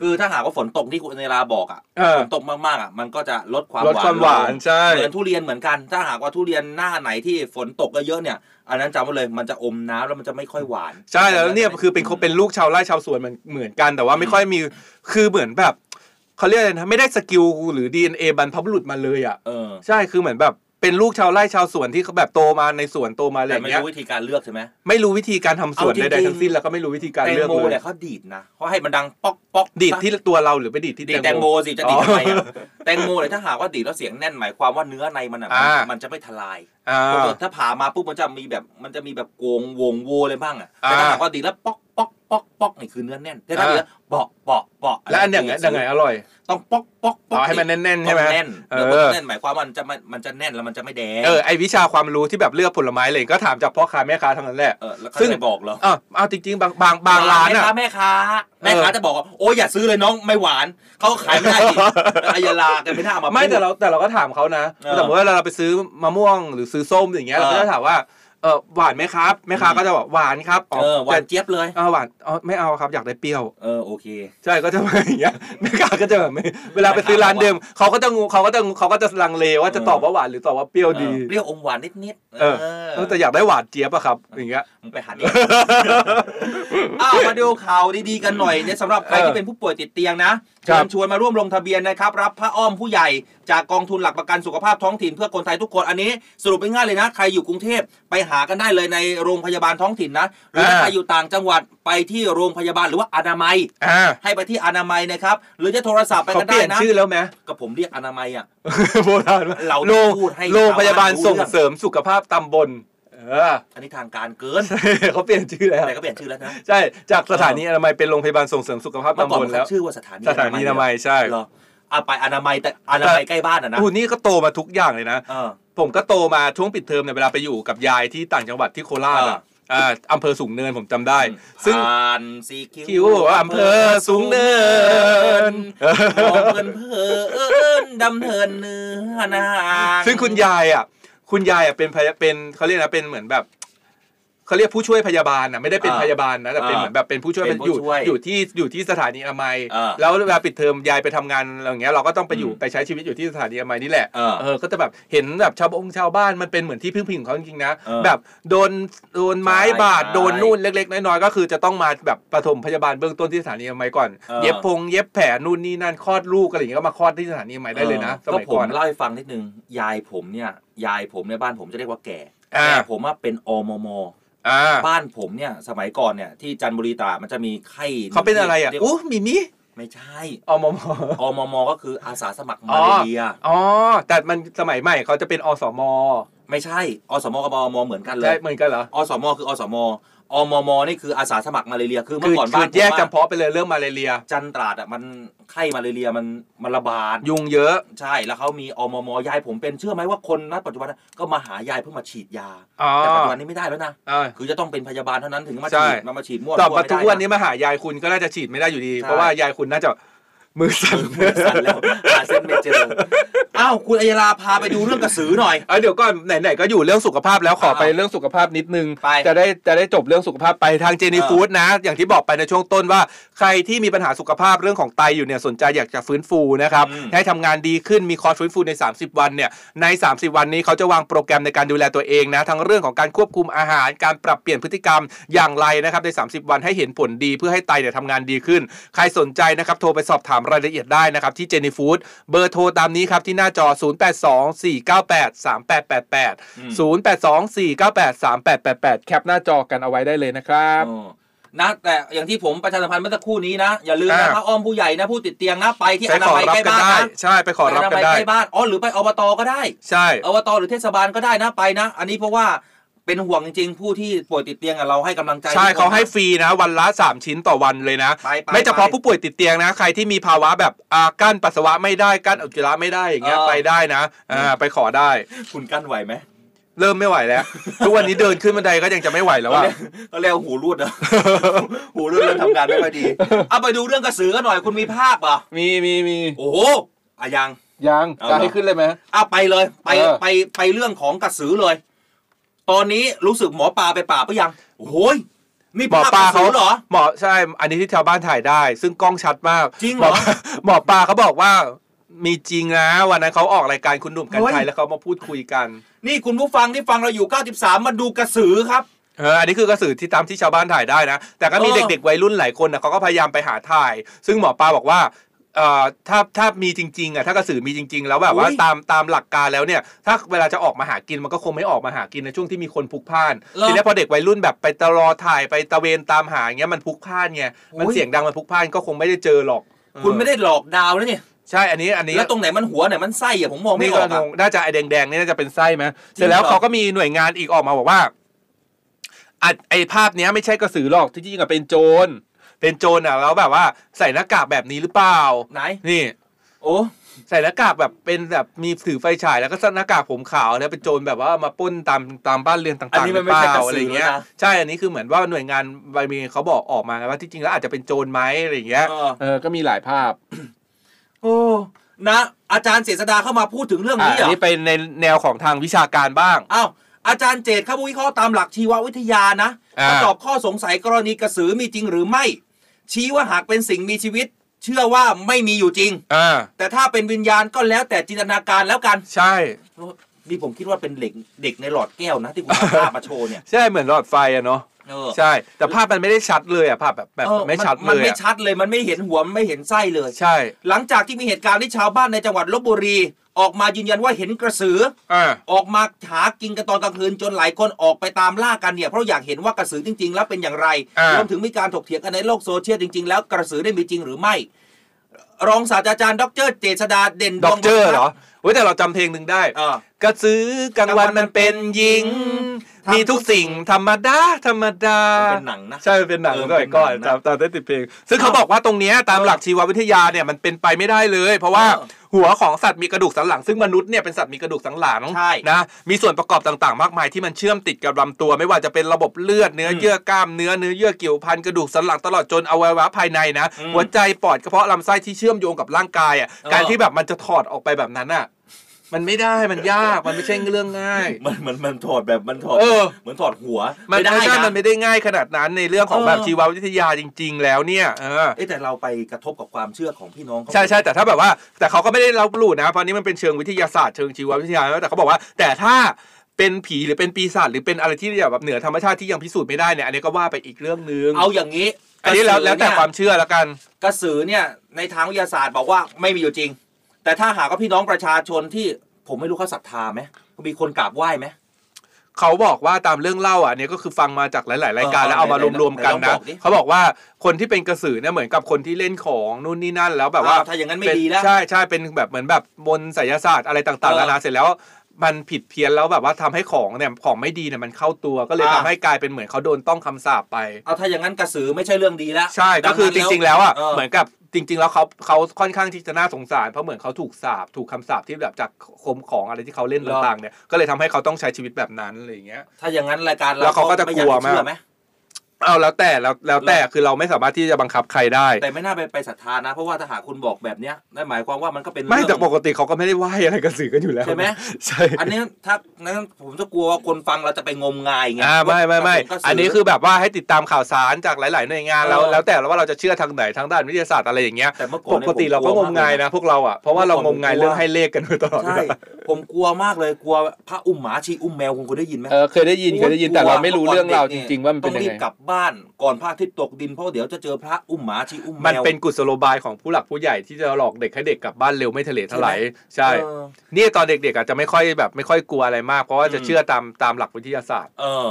S11: คือถ้าหากว่าฝนตกที่คุณเนราบอกอ่ะ
S12: เออ
S11: ฝนตกมากๆอ่ะ มันก็จะลดความ
S12: ลดความหวาน
S11: ลง
S12: ใช่
S11: เหมือนทุเรียนเหมือนกัน ถ้าหากว่าทุเรียนหน้าไหนที่ฝนตกเยอะๆเนี่ย อันนั้นจำไว้เลย มันจะอมน้ำแล้วมันจะไม่ค่อยหวาน
S12: ใช่แล้วเนี่ยคือเป็นคนเป็นลูกชาวไร่ชาวสวนเหมือนเหมือนกัน แต่ว่าไม่ค่อยมีคือเหมือนแบบเขาเรียกอะไรนะไม่ได้สกิลหรือ DNA บรรพบุรุษมาเลยอ่ะ
S11: เออ
S12: ใช่คือเหมือนแบบเป็นลูกชาวไร่ชาวสวนที่เขาแบบโตมาในสวนโตมาอะไรอย่าง
S11: แต่ไม่
S12: เงี้ย
S11: รู้วิธีการเลือกใช่ไหม
S12: ไม่รู้วิธีการทำสวน
S11: เอาจริงๆ
S12: ใดๆทั้งสิ้นแล้วก็ไม่รู้วิธีการ
S11: แตง
S12: เลือก
S11: โม
S12: เลย
S11: เนี่ยเขาดีดนะเขาให้มันดังป๊อกป๊อก
S12: ดีดที่ตัวเราหรือไปดีดที่
S11: ดีดแตงโมสิจะดีดทำไมอะแตงโมเลยถ้าหากว่าดีดแล้วเสียงแน่นหมายความว่าเนื้อในมันอะมัน
S12: อ่ามั
S11: มันจะไม่ทลาย
S12: อ่า
S11: ปกติถ้าผ่ามาปุ๊บมันจะมีแบบมันจะมีแบบโกงวงโวเลยบ้างอ่ะ
S12: อ่า
S11: แต่ถ้าหากว่าดีดแล้วป๊อกป๊อกป๊อกป๊อกนี่คือเนื้อแน่นแต่ถ้าดีดแล้วเปาะเปาะเปาะ
S12: แล้วอันเนี้ย
S11: คื
S12: ยังไงอร่อย
S11: ต้องป๊อกป๊อกป๊อก
S12: เอาให้มันแน่นๆใช่ไหม
S11: ต้องแน่น
S12: เอ
S11: แล้
S12: อ
S11: วมันแน่นหมายความว่ามันจะไม่มันจะแน่นแล้วมันจะไม่แดง
S12: เออไอวิชาความรู้ที่แบบเลือกผลไม้เลยก็ถามจากพ่อค้าแม่ค้าทั้งนั้นแหละ
S11: เออแล้วเขาจะบอกเหรอ
S12: เออเอาจริงๆบางบางบางร้านอ่ะ
S11: แม่ค้าแม่ค้าแม่ค้าจะบอกว่าโอ้ยอย่าซื้อเลยน้องไม่หวานเขาก็ขายไม่ได้ อีกอายาลากันไม่น่าเอามา
S12: ไม่
S11: พูด
S12: แต่เราแต่เราก็ถามเขานะ
S11: เออ
S12: สมมติว่าเราไปซื้อมะม่วงหรือซื้อส้มอย่างเงี้ย
S11: เออ
S12: เราก็จะถามว่า เออหวานไหมครับแม่ค้าก็จะบอกหวานครับ
S11: เออหวานเจี๊ยบเลย
S12: เออหวานอ๋อไม่เอาครับอยากได้เปรี้ยว
S11: เออโอเค
S12: ใช่ก็จะมาอย่างเงี้ยแม่ค้าก็จะแบบไม่ เวลาไปซื้อร้านเดิมเขาก็จะงูเขาก็จะเขาก็จะลังเลว่าจะตอบว่าหวานหรือตอบว่าเปรี้ยวดี
S11: เปรี้ยวอมหวานนิดๆ
S12: เออเออแต่อยากได้หวานเจี๊ยบอะครับอย่างเงี้ย
S11: มึงไปหา ดิ อ้าวมาดูข่าวดีๆกันหน่อยเนี่ยสำหรับใครที่เป็นผู้ป่วยติดเตียงนะ
S12: ค
S11: เชิ
S12: รับ
S11: ญชวนมาร่วมลงทะเบียนนะครับ รับผ้าอ้อมผู้ใหญ่จากกองทุนหลักประกันสุขภาพท้องถิ่นเพื่อคนไทยทุกคนอันนี้ สรุปง่ายๆเลยนะ ใครอยู่กรุงเทพไปหากันได้เลยในโรงพยาบาลท้องถิ่นนะหรือถ้าใครอยู่ต่างจังหวัดไปที่โรงพยาบาลหรือว่าอนามัย ให้ไปที่อนามัยนะครับหรือจะโทรศัพท์ไป
S12: เขา
S11: กัน
S12: เป
S11: ได้
S12: ลี่ยน
S11: นะ
S12: ชื่อแล้วไหม
S11: ก็ผมเรียกอนามัยอ่ะ
S12: โบราณ
S11: เรา
S12: โรง
S11: พูดให้
S12: โรงพยาบาล
S11: ชาวบ้านรู้
S12: ส่งเสริมสุขภาพตำบล เออ
S11: อันนี้ทางการเกิน
S12: เขาเปลี่ยนชื่อแล้ว
S11: แต่ก็เปลี่ยนชื่อแล้วนะ
S12: ใช่ จากสถานีอนามัยเป็นโรงพยาบาลส่งเสริมสุขภาพ
S11: เมื่อก่
S12: ตำ
S11: อ
S12: ล
S11: บ นมัน
S12: แล้ว
S11: ชื่อว่าสถานี
S12: สถานีอนามัยใช่
S11: เหรออ่ะไปอนามัยแต่อนามัยใกล้บ้านอ่ะนะ
S12: อู้นี่ก็โตมาทุกอย่างเลยนะ
S11: เออ
S12: ผมก็โตมาช่วงปิดเทอมเนี่ยเวลาไปอยู่กับยายที่ต่างจังหวัดที่โคราชอ่ะอ่าอำเภอสูงเนินผมจำได้ ซึ่ง
S11: ผ่านซี
S12: คิวอำเภอสูงเนิน
S11: มองเพลินเพลินดำเนินเนื้อนาง
S12: ซึ่งคุณยายอ่ะ คุณยายอ่ะเป็นพยาเป็นเขาเรียกนะเป็นเหมือนแบบเขาเรียกผู้ช่วยพยาบาลนะไม่ได้เป็น
S11: อ่า
S12: พยาบาลนะแต่เป็น
S11: อ่า
S12: เหมือนแบบเป็นผู้ช่วย
S11: เป็
S12: เป็น นอ
S11: ผู้
S12: ยู่
S11: ช่วย
S12: อยู่ที่อยู่ที่สถานีอนามัย
S11: อ่า
S12: แล้วเวลาปิดเทอมยายไปทำงานอะไรอย่างเงี้ยเราก็ต้องไปอยู่ไปใช้ชีวิตอยู่ที่สถานีอนามัยนี่แหละ
S11: อ่า
S12: เออก็จะแบบเห็นแบบชาวบงชาวบ้านมันเป็นเหมือนที่พึ่งพิงของเขาจริงๆนะ
S11: เออ
S12: แบบโดนโดนไม้
S11: ใช่
S12: บาด
S11: ใช่
S12: โดนนู่นเล็ก ๆ น้อยๆก็คือจะต้องมาแบบปฐมพยาบาลเบื้องต้นที่สถานีอนามัยก่อน
S11: เออ
S12: เย็บพงเย็บแผลนู่นนี่นั่นคลอดลูกอะไรอย่างเงี้ยก็มาคลอดที่สถานีอนามัยได้เลยนะส
S11: ก็
S12: มัย
S11: ผม
S12: ก่อนอะ
S11: เล่าให้ฟังนิดนึง ยายผมเนี่ย ยายผมในยบ้านผมจะเรียกว่าแก่
S12: อ่า
S11: แต่ผมว่าเป็นอมม
S12: อ่า
S11: บ้านผมเนี่ย สมัยก่อนเนี่ย ที่จันทบุรีตราดมันจะมีไข้
S12: เขาเป็นอะไรอ่ะ
S11: ยก
S12: อู้มีมี
S11: ไม่ใช่
S12: อมม
S11: อมมก็คืออาสาสมัครมาเลเรีย
S12: อ๋อ แต่มันสมัยใหม่เขาจะเป็นอสม
S11: ไม่ใช่ อสมกับอมมเหมือนกันเล
S12: ใช่
S11: ย
S12: เหมือนกันเหรอ
S11: อสมคืออสมอมมนี่คืออาสาสมัครมาเลเรีย คือเมื่
S12: คือ อ
S11: ก่อน
S12: คื
S11: บ้าน
S12: อ
S11: ผม
S12: แยก
S11: อะ
S12: จำเพาะไปเลยเรื่องมาเลเรีย
S11: จันทราดอ่ะมันไข้มาเลเรียมันมันระบาด
S12: ยุงเยอะ
S11: ใช่แล้วเขามีอมมยายผมเป็นเชื่อไหมว่าคนณปัจจุบันน่ะก็มาหายายเพื่อมาฉีดยา
S12: อ๋อ
S11: แต่ปัจจุบันนี้ไม่ได้แล้วนะ
S12: เออ
S11: คือจะต้องเป็นพยาบาลเท่านั้นถึงมา
S12: ใช่
S11: ฉีดมามาฉีดมั่ว
S12: ต่อ
S11: ตั
S12: มา
S11: วไม่
S12: ทุก
S11: ได้
S12: วันนี้
S11: ะ
S12: มาหายายคุณก็น่าจะฉีดไม่ได้อยู่ดี
S11: ใช่
S12: เพราะว่ายายคุณน่าจะมือสั่น
S11: สั่นแล้วหาเส้นไม่เจออ้าวคุณอัยราพาไปดูเรื่องกระสือหน่อย
S12: เดี๋ยวก่อนไหนๆก็อยู่เรื่องสุขภาพแล้วขอไปเรื่องสุขภาพนิดนึง จะได้จะได้จบเรื่องสุขภาพไปทางเจนี
S11: เออ
S12: ฟู้ดนะ อย่างที่บอกไปในช่วงต้นว่า ใครที่มีปัญหาสุขภาพเรื่องของไตอยู่เนี่ยสนใจอยากจะฟื้นฟูนะครับให้ทำงานดีขึ้นมีคอร์สฟื้นฟูใน 30 วันเนี่ยใน 30 วันนี้เขาจะวางโปรแกรมในการดูแลตัวเองนะทั้งเรื่องของการควบคุมอาหารการปรับเปลี่ยนพฤติกรรมอย่างไรนะครับใน 30 วันให้เห็นผลดีเพื่อให้ไตเนี่ยทำงานดีขึ้น ใครสนใจนะครับโทรไปสอบถามรายละเอียดได้นะครับที่เจนีฟู้ดเบอร์โทรตามนี้ครับที่หน้าจอ 0824983888 0824983888 แคปหน้าจอกันเอาไว้ได้เลยนะครับ
S11: นะแต่อย่างที่ผมประชาสัมพันธ์เมื่อสักครู่นี้นะ อย่าลืม
S12: อ่า
S11: นะพระอ้อมผู้ใหญ่นะผู้ติดเตียงนะไปที่
S12: ไป
S11: อนา
S12: ขอ
S11: มัย
S12: รับ
S11: ใก
S12: กัน
S11: ล้บ้าน
S12: ได้
S11: นะ
S12: ใช่ ไปขอรับกัน
S11: ป
S12: ได้
S11: ใกล้บ้านอ๋อหรือไปอบตก็ได้
S12: ใช่
S11: อบตหรือเทศบาลก็ได้นะไปนะ อันนี้เพราะว่าเป็นห่วงจริงๆผู้ที่ป่วยติดเตียงอะเราให้กำลังใจ
S12: ใช่
S11: ทุกคน
S12: เขาให้ฟรีนะ วันละ 3 ชิ้นต่อวันเลยนะ
S11: ไป
S12: ไม่เฉพาะ
S11: ไป
S12: ผู้ป่วยติดเตียงนะ ใครที่มีภาวะแบบอากั้นปัสสาวะไม่ได้ กั้นอุจจาระไม่ได้อย่างเงี้ย
S11: เออ
S12: ไปได้นะอ่าไปขอได้
S11: คุณกั้นไหวไหม
S12: เริ่มไม่ไหวแล้ว ทุกวันนี้เดินขึ้นบันไดก็ยังจะไม่ไหวแล้วว่า
S11: ก็แล้วหูรูด นะ หูรูดเริ่มทำงานไม่ค่อยดีเอาไปดูเรื่องกระสือกันหน่อยคุณมีภาพเหรอ่ะ
S12: มีมีมี
S11: โอ้โหอะยัง
S12: ยัง
S11: เอา
S12: จะ
S11: เหร
S12: ให้
S11: อ
S12: ขึ้นเลยไหม
S11: อ่ะไปเลยไป
S12: เออ
S11: ไปไปเรื่องของกระสือเลย ตอนนี้รู้สึกหมอปลาไปป่าบหรือยังโอ้โหยนี่
S12: หมอปลาเขา
S11: ภพกระสือเหรอ
S12: หมอใช่ อันนี้ที่ชาวบ้านถ่ายได้ ซึ่งกล้องชัดมาก
S11: จริงเหรอ
S12: มปลาหมอป ลาเขาบอกว่ามีจริงนะวันนั้นเขาออกรายการคุณหนุ่มกัน
S11: เฮ้
S12: ชัย
S11: ย
S12: แล้วเขามาพูดคุยกัน
S11: นี่คุณผู้ฟังที่ฟังเราอยู่ 93 มาดูกระสือครับ
S12: เอออันนี้คือกระสือที่ตามที่ชาวบ้านถ่ายได้นะ แต่ก็มี
S11: เออ
S12: เด็กๆวัยรุ่นหลายคนนะเขาก็พยายามไปหาถ่าย ซึ่งหมอปลาบอกว่าเอ่อถ้าถ้ามีจริงๆอ่ะถ้ากระสือมีจริง ๆ แล้วแบบว่าตามตามหลักการแล้วเนี่ย ถ้าเวลาจะออกมาหากินมันก็คงไม่ออกมาหากินในช่วงที่มีคนพลุกพล่าน
S11: เหรอ
S12: ทีนี้พอเด็กวัยรุ่นแบบไปตะลอถ่ายไปตะเวนตามหาอย่างเงี้ยมันพลุกพล่านไงมันเสียงดังมันพลุกพล่านก็คงไม่ได้เจอหรอก
S11: คุณไม่
S12: เออ
S11: ได้หลอกดาวแล้วเนี่ย
S12: ใช่ อันนี้ อันนี้
S11: แล้วตรงไหนมันหัวไหนมันไส้อะผมมองไม่ออก
S12: นี่
S11: อะ
S12: งงน่าจะไอแดงๆนี่น่าจะเป็นไส้ไหมเสร็จแล้ว
S11: จริงเหรอ
S12: เขาก็มีหน่วยงานอีกออกมาบอกว่าอ่ะไอภาพเนี้ยไม่ใช่กระสือหรอกที่จริงอะเป็นโจร เป็นโจรอ่ะแล้วแบบว่าใส่หน้ากากแบบนี้หรือเปล่า
S11: ไหน
S12: นี่
S11: โอ้
S12: ใส่หน้ากากแบบเป็นแบบมีถือไฟฉายแล้วก็หน้ากากผมขาวแล้วเป็นโจรแบบว่ามาปล้นตามตามบ้านเรือนต่าง
S11: อัน
S12: ๆ
S11: นี้
S12: ห
S11: มั
S12: รือ
S11: นไม่
S12: เป
S11: ใช่
S12: ล่าก
S11: ระสือ
S12: อะไรเงี้ย
S11: นะ
S12: ใช่ อันนี้คือเหมือนว่าหน่วยงานบายเมีเขาบอกออกมาว่าที่จริงแล้วอาจจะเป็นโจรไหมอะไรอย่างเงี้ย
S11: เออ
S12: เออ ก็มีหลายภาพ
S11: โอ้นะ อาจารย์เศษดาเข้ามาพูดถึงเรื่อง
S12: อ่ะ
S11: นี้เหร
S12: อัน
S11: อ
S12: นี้ไปในแนวของทางวิชาการบ้าง
S11: อ้าว อาจารย์เจตเขาวิเคราะห์ตามหลักชีววิทยานะ
S18: อ่า
S11: มาตอบข้อสงสัยกรณีกระสือมีจริงหรือไม่ ชี้ว่าหากเป็นสิ่งมีชีวิต เชื่อว่าไม่มีอยู่จริง
S12: อ่า
S11: แต่ถ้าเป็นวิญญาณก็แล้วแต่จินตนาการแล้วกัน
S12: ใช่
S11: นี่ผมคิดว่าเป็นเหล็กเด็กในหลอดแก้วนะ ที่คุณเอาภาพมาโชว์เนี่ย
S12: ใช่เหมือนหลอดไฟอะเนาะ
S11: เออ
S12: ใช่ แต่ภาพมันไม่ได้ชัดเลยอะภาพแบบแบบ
S11: เออ
S12: ไม่ชัด
S11: มั
S12: เล
S11: น
S12: ย
S11: ไม่
S12: อะ
S11: ชัดเลยมันไม่เห็นหัวมันไม่เห็นไส้เลย
S12: ใช่
S11: หลังจากที่มีเหตุการณ์ที่ชาวบ้านในจังหวัดลบบุรี ออกมายืนยันว่าเห็นกระสือ
S12: อ
S11: อกมาหากินกันตอนกลางคืนจนหลายคนออกไปตามล่ากันเนี่ยเพราะอยากเห็นว่ากระสือจริง ๆ แล้วเป็นอย่างไร
S12: อ่ารร
S11: วมถึงมีการถกเถียงกันในโลกโซเชียลจริง ๆ แล้วกระสือได้มีจริงหรือไม่ รองศาสตราจารย์ดรเจษดาเด่นด
S12: ด็
S11: ว
S12: อง กเจอร์เหรอเว้ยแต่เราจำเพลงหนึ่งได้กระซื้อกลางวันมันเป็นหญิง มีทุกสิ่งธรรมดาธรรมดา
S11: เป็นหนังนะ
S12: ใช่เป็นหนัง
S11: เออ
S12: ด้วยก่อน
S11: เป็นหนั
S12: ตาง ม
S11: นะ
S12: ตามได้ติดเพลง ซึ่งเขาบอกว่าตรงเนี้ยตามหลักชีววิทยาเนี่ยมันเป็นไปไม่ได้เลย เพราะว่าหัวของสัตว์มีกระดูกสันหลัง ซึ่งมนุษย์เนี่ยเป็นสัตว์มีกระดูกสันหลังนะมีส่วนประกอบต่างๆ มากมายที่มันเชื่อมติดกับลำตัว ไม่ว่าจะเป็นระบบเลือดเนื้อเยื่อกล้ามเนื้อเนื้อเยื่อเกี่ยวพันกระดูกสันหลังตลอดจนอวัยวะภายในนะ
S11: อืม
S12: หัวใจปอดกระเพาะลำไส้ที่เชื่อมโยงกับร่างกายอ่ะ
S11: เออ
S12: การที่แบบมันจะถอดออกไปแบบนั้นอ่ะมันไม่ได้มันยากมันไม่ใช่เรื่องง่าย
S11: มันมันมันถอดแบบมันถอด
S12: เออ
S11: เหมือนถอดหัว
S12: มันไม่ได้
S11: นะ
S12: มันไม่ได้ง่ายขนาดนั้นในเรื่องของแบบ
S11: เออ
S12: ชีววิทยาจริง ๆ แล้วเนี่ยเออ
S11: เอ๊ะแต่เราไปกระทบกับความเชื่อของพี่น้องเขา
S12: ใช่ใช่แต่ถ้าแบบว่า แต่เขาก็ไม่ได้รับรู้นะเพราะนี่มันเป็นเชิงวิทยาศาสตร์เชิงชีววิทยาแล้วแต่เขาบอกว่า แต่ถ้าเป็นผีหรือเป็นปีศาจหรือเป็นอะไรที่แบบเหนือธรรมชาติที่ยังพิสูจน์ไม่ได้เนี่ยอันนี้ก็ว่าไปอีกเรื่องนึง
S11: เอาอย่างนี้
S12: อันนี้แล้วแล้วแต่ความเชื่อแล้วกัน
S11: กระสือเนี่ยในทางวิทยาศาสตร์บอกว่าไม่มีอยู่จริง แต่ถ้าหากว่าพี่น้องประชาชนที่ผมไม่รู้เขาศรัทธาไหมมีคนกราบไหว้ไหม
S12: เขาบอกว่าตามเรื่องเล่าอ่ะอันนี้ก็คือฟังมาจากหลาย ๆ รายการ
S11: เออ
S12: แล้วเอามารวม ๆ กัน
S11: ไหนลอ
S12: นะ
S11: งบอกดิ
S12: เขาบอกว่าคนที่เป็นกระสือเนี่ยเหมือนกับคนที่เล่นของนู่นนี่นั่นแล้วแบบว่า
S11: อ้าวถ้าอย่างนั้นไม่
S12: เป็
S11: ดีแล้ว
S12: ใช่ใช่เป็นแบบเหมือนแบบมนต์ไสยศาสตร์อะไรต่าง ๆ
S11: เออ
S12: นานาเสร็จแล้ว มันผิดเพี้ยนแล้วแบบว่าทำให้ของเนี่ยของไม่ดีเนี่ยมันเข้าตัวก็เลย
S11: อ่า
S12: ทำให้กลายเป็นเหมือนเขาโดนต้องคำสาปไป
S11: เอาถ้าอย่างนั้นกระสือไม่ใช่เรื่องดีแล้ว
S12: ใช่ก็คือจริง ๆ แล้วอ่ะเหมือน
S11: กับ
S12: กับจริง ๆ แล้วเขาเขาค่อนข้างที่จะน่าสงสารเพราะเหมือนเขาถูกสาปถูกคำสาปที่แบบจากคมของอะไรที่เขาเล่น
S11: เหรอ
S12: ต่าง ๆ เนี่ยก็เลยทำให้เขาต้องใช้ชีวิตแบบนั้นอะไรอย่างเงี้ย
S11: ถ้าอย่างนั้นรายการ
S12: แล้วเขาก็จะ
S11: ไม่
S12: ก
S11: อย
S12: ลัว
S11: เชื่อไห
S12: มาก เอาแล้วแต่แล้วแล้วแต่คือเราไม่สามารถที่จะบังคับใครได้
S11: แต่ไม่น่าไปไปศรัทธานะ เพราะว่าถ้าหากคุณบอกแบบเนี้ยนั่นหมายความว่ามันก็เป็น
S12: ไม่
S11: เรื่อง
S12: แต่ปกติเขาก็ไม่ได้ไหวอะไรกับสื่อกันอยู่แล้ว
S11: ใช่ไหม
S12: ใช่
S11: อันนี้ถ้านั้นผมจะกลัวว่าคนฟังเราจะไปงมงายไง
S12: อ่าไม่ไม่ไม่
S11: กระสื
S12: อันนี้คือแบบว่าให้ติดตามข่าวสารจากหลาย ๆ หน่วยงานแล้ว
S11: เออ
S12: แล้วแต่ว่าเราจะเชื่อทางไหนทางด้านวิทยาศาสตร์อะไรอย่างเงี้ย
S11: แต่เมื่อก่
S12: ป
S11: อนเนี่ย
S12: กติเราก็
S11: ผ
S12: ง
S11: ม
S12: ม
S11: กลัวมาก
S12: งายนะ พวกเราอ่ะเพราะว่าเรา
S11: เมื่
S12: ง
S11: อก่อน
S12: มงาย
S11: ผมกลัว
S12: เรื่องให้เลขกันมาตลอด
S11: ใช่ผมกลัวมากเลยกลัวพระอุ้มหมาชีอุ้มแมวคุณเคยได้ยินไหม
S12: เออเคยได้ยินเคยได้ยินแต่เราไม่รู้เรื่องราวจริง ๆ ว่ามันเป็น
S11: ต้
S12: ยั
S11: อ
S12: ง
S11: งรี
S12: ไง
S11: บกลับบ้านก่อนพระอาทิตย์ตกดินเพราะเดี๋ยวจะเจอพระอุ้มหมาชีอุ้มแมว
S12: มันเป็นกุศโลบายของผู้หลักผู้ใหญ่ที่จะหลอกเด็กให้เด็กกลับบ้านเร็วไม่ทะเลทลาย
S11: ใช่
S12: ใช่
S11: ไหมเออ
S12: เนี่ยตอนเด็กๆอาจจะไม่ค่อยแบบไม่ค่อยกลัวอะไรมาก เพราะว่าจะ
S11: อืม
S12: เชื่อตามตามหลักวิทยาศาสตร์
S11: เออ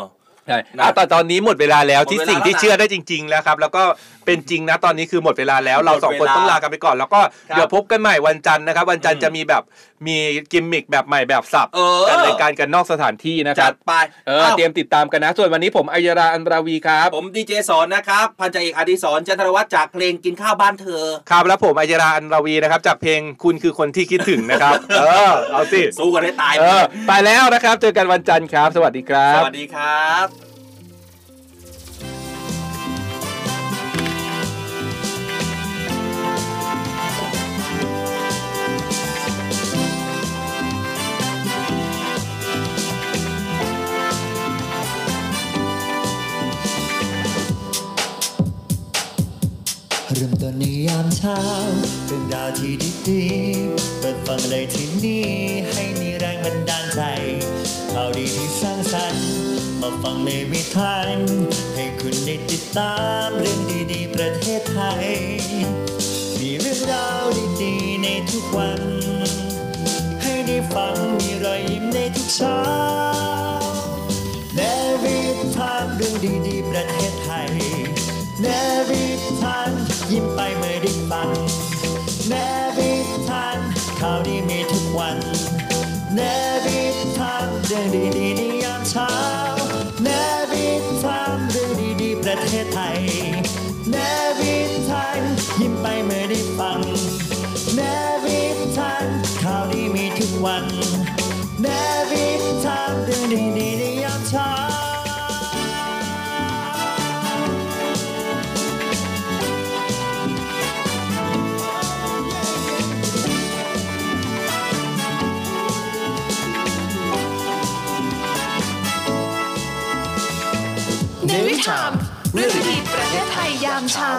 S12: ใช่อ่ะแต่ตอนนี้หมดเวลาแล้วที่
S11: หมดเวลา
S12: สิ่งที่
S11: แล้วนะ
S12: เชื่อได้จริง ๆ แล้วครับ แล้วก็เป็นจริงนะตอนนี้คือหมดเวลาแล้วเราสอง
S11: หมด
S12: ค
S11: เวนลา
S12: ต้องลากันไปก่อน แล้วก็
S11: ครับ
S12: เดี๋ยวพบกันใหม่วันจันทร์นะครับ วันจันทร์จะมีแบบมีกิมมิคแบบใหม่แบบสับ
S11: เออ
S12: กันรายการกันนอกสถานที่นะครับ
S11: ไป
S12: เออเตรียมติดตามกันนะ ส่วนวันนี้ผมอัยราอันราวีครับ
S11: ผมดีเจสอนนะครับ พันจ่าเอกอดิศรจันทรวัฒน์จากเพลงกินข้าวบ้านเธอ
S12: ครับแล้วผมอัยราอันราวีนะครับ จากเพลงคุณคือคนที่คิดถึงนะครับ เออเอาสิ
S11: สู้กันให้ตาย
S12: เออไปแล้วนะครับเจอกันวันจันทร์ครับ สวัสดีครับ
S11: สวัสดีครับ
S1: เริ่มต้นในยามเช้าเรื่องราวที่ดีๆเปิดฟังได้ที่นี่ให้มีแรงบันดาลใจข่าวดีที่สร้างสรรค์มาฟังในวิถีให้คุณได้ติดตามเรื่องดีๆ ประเทศไทย มีเรื่องราวดีๆในทุกวัน ให้ได้ฟังมีรอยยิ้มในทุกเช้า เนวิทามเรื่องดีๆ ประเทศไทย เนวิทามยิ้มไปเมื่อได้ฟัง เนวิทามข่าวดีมีทุกวัน เนวิทามเรื่องดีๆในยามเช้า เนวิทามเรื่องดีๆ ประเทศไทย เนวิทามยิ้มไปเมื่อได้ฟัง เนวิทามข่าวดีมีทุกวัน เนวิทามเรื่องดีๆในยามเช้า
S5: เ
S2: Daily Time เรื่องดีๆประเทศไทยยามเช้า